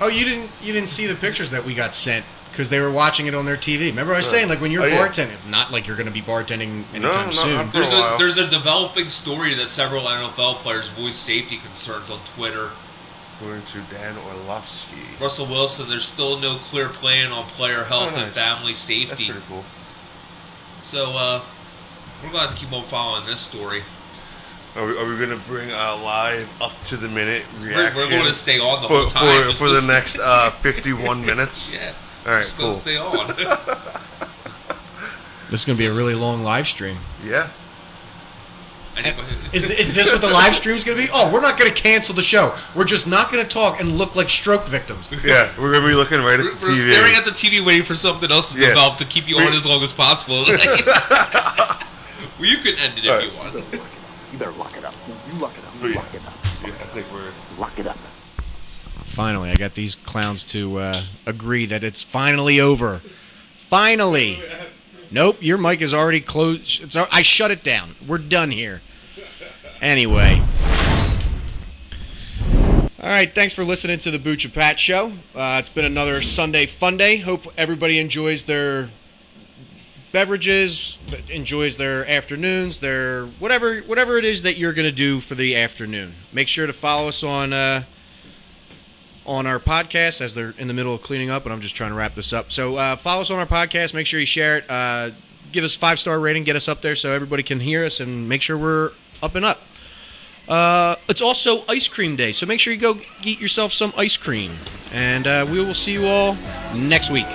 Speaker 3: Oh, you didn't you didn't see the pictures that we got sent because they were watching it on their TV. Remember I was
Speaker 7: Right.
Speaker 3: saying like when you're
Speaker 7: Oh, yeah.
Speaker 3: bartending, not like you're going to be bartending
Speaker 7: No,
Speaker 3: anytime
Speaker 7: no,
Speaker 3: soon.
Speaker 7: I'm-
Speaker 4: There's
Speaker 7: For a
Speaker 4: a,
Speaker 7: while.
Speaker 4: there's a developing story that several NFL players voiced safety concerns on Twitter.
Speaker 7: According to Dan Orlovsky.
Speaker 4: Russell Wilson, there's still no clear plan on player health
Speaker 7: Oh,
Speaker 4: and
Speaker 7: nice.
Speaker 4: family
Speaker 7: That's
Speaker 4: safety.
Speaker 7: pretty cool.
Speaker 4: So uh, we're going to have to keep on following this story.
Speaker 7: Are we, are we gonna bring uh, live up to the minute
Speaker 4: We're,
Speaker 7: reaction?
Speaker 4: we're going to stay on the
Speaker 7: for,
Speaker 4: whole time.
Speaker 7: for,
Speaker 4: just
Speaker 7: for the
Speaker 4: listen-
Speaker 7: next uh, 51 minutes.
Speaker 4: yeah.
Speaker 7: All right,
Speaker 4: just
Speaker 7: cool.
Speaker 4: gonna stay on.
Speaker 3: This is going to be a really long live stream.
Speaker 7: yeah.
Speaker 4: Anybody-
Speaker 3: Is, th- is this what the live stream's going to be? Oh, we're not going to cancel the show. We're just not going to talk and look like stroke victims.
Speaker 7: Yeah, we're gonna be looking right at
Speaker 4: We're,
Speaker 7: the
Speaker 4: we're
Speaker 7: TV.
Speaker 4: staring at the TV waiting for something else to
Speaker 7: Yeah.
Speaker 4: develop to keep you on as long as possible. well, you can end it if
Speaker 7: Alright.
Speaker 4: you want.
Speaker 2: You better lock it up. You lock it up.
Speaker 7: But
Speaker 2: You
Speaker 7: Oh, yeah.
Speaker 2: lock it up.
Speaker 7: yeah, I think we're.
Speaker 2: Lock it up.
Speaker 3: Finally, I got these clowns to uh, agree that it's finally over. Finally. Nope, your mic is already closed. It's, al- I shut it down. We're done here. Anyway. All right, thanks for listening to the Bucha Pat Show. Uh, it's been another Sunday fun day. Hope everybody enjoys their beverages, that enjoys their afternoons, their whatever whatever it is that you're gonna do for the afternoon. Make sure to follow us on. Uh, on our podcast as they're in the middle of cleaning up, and I'm just trying to wrap this up. So uh, follow us on our podcast. Make sure you share it. Uh, give us five star rating. Get us up there so everybody can hear us and make sure we're up and up. Uh, it's also ice cream day, so make sure you go get yourself some ice cream. And uh, we will see you all next week.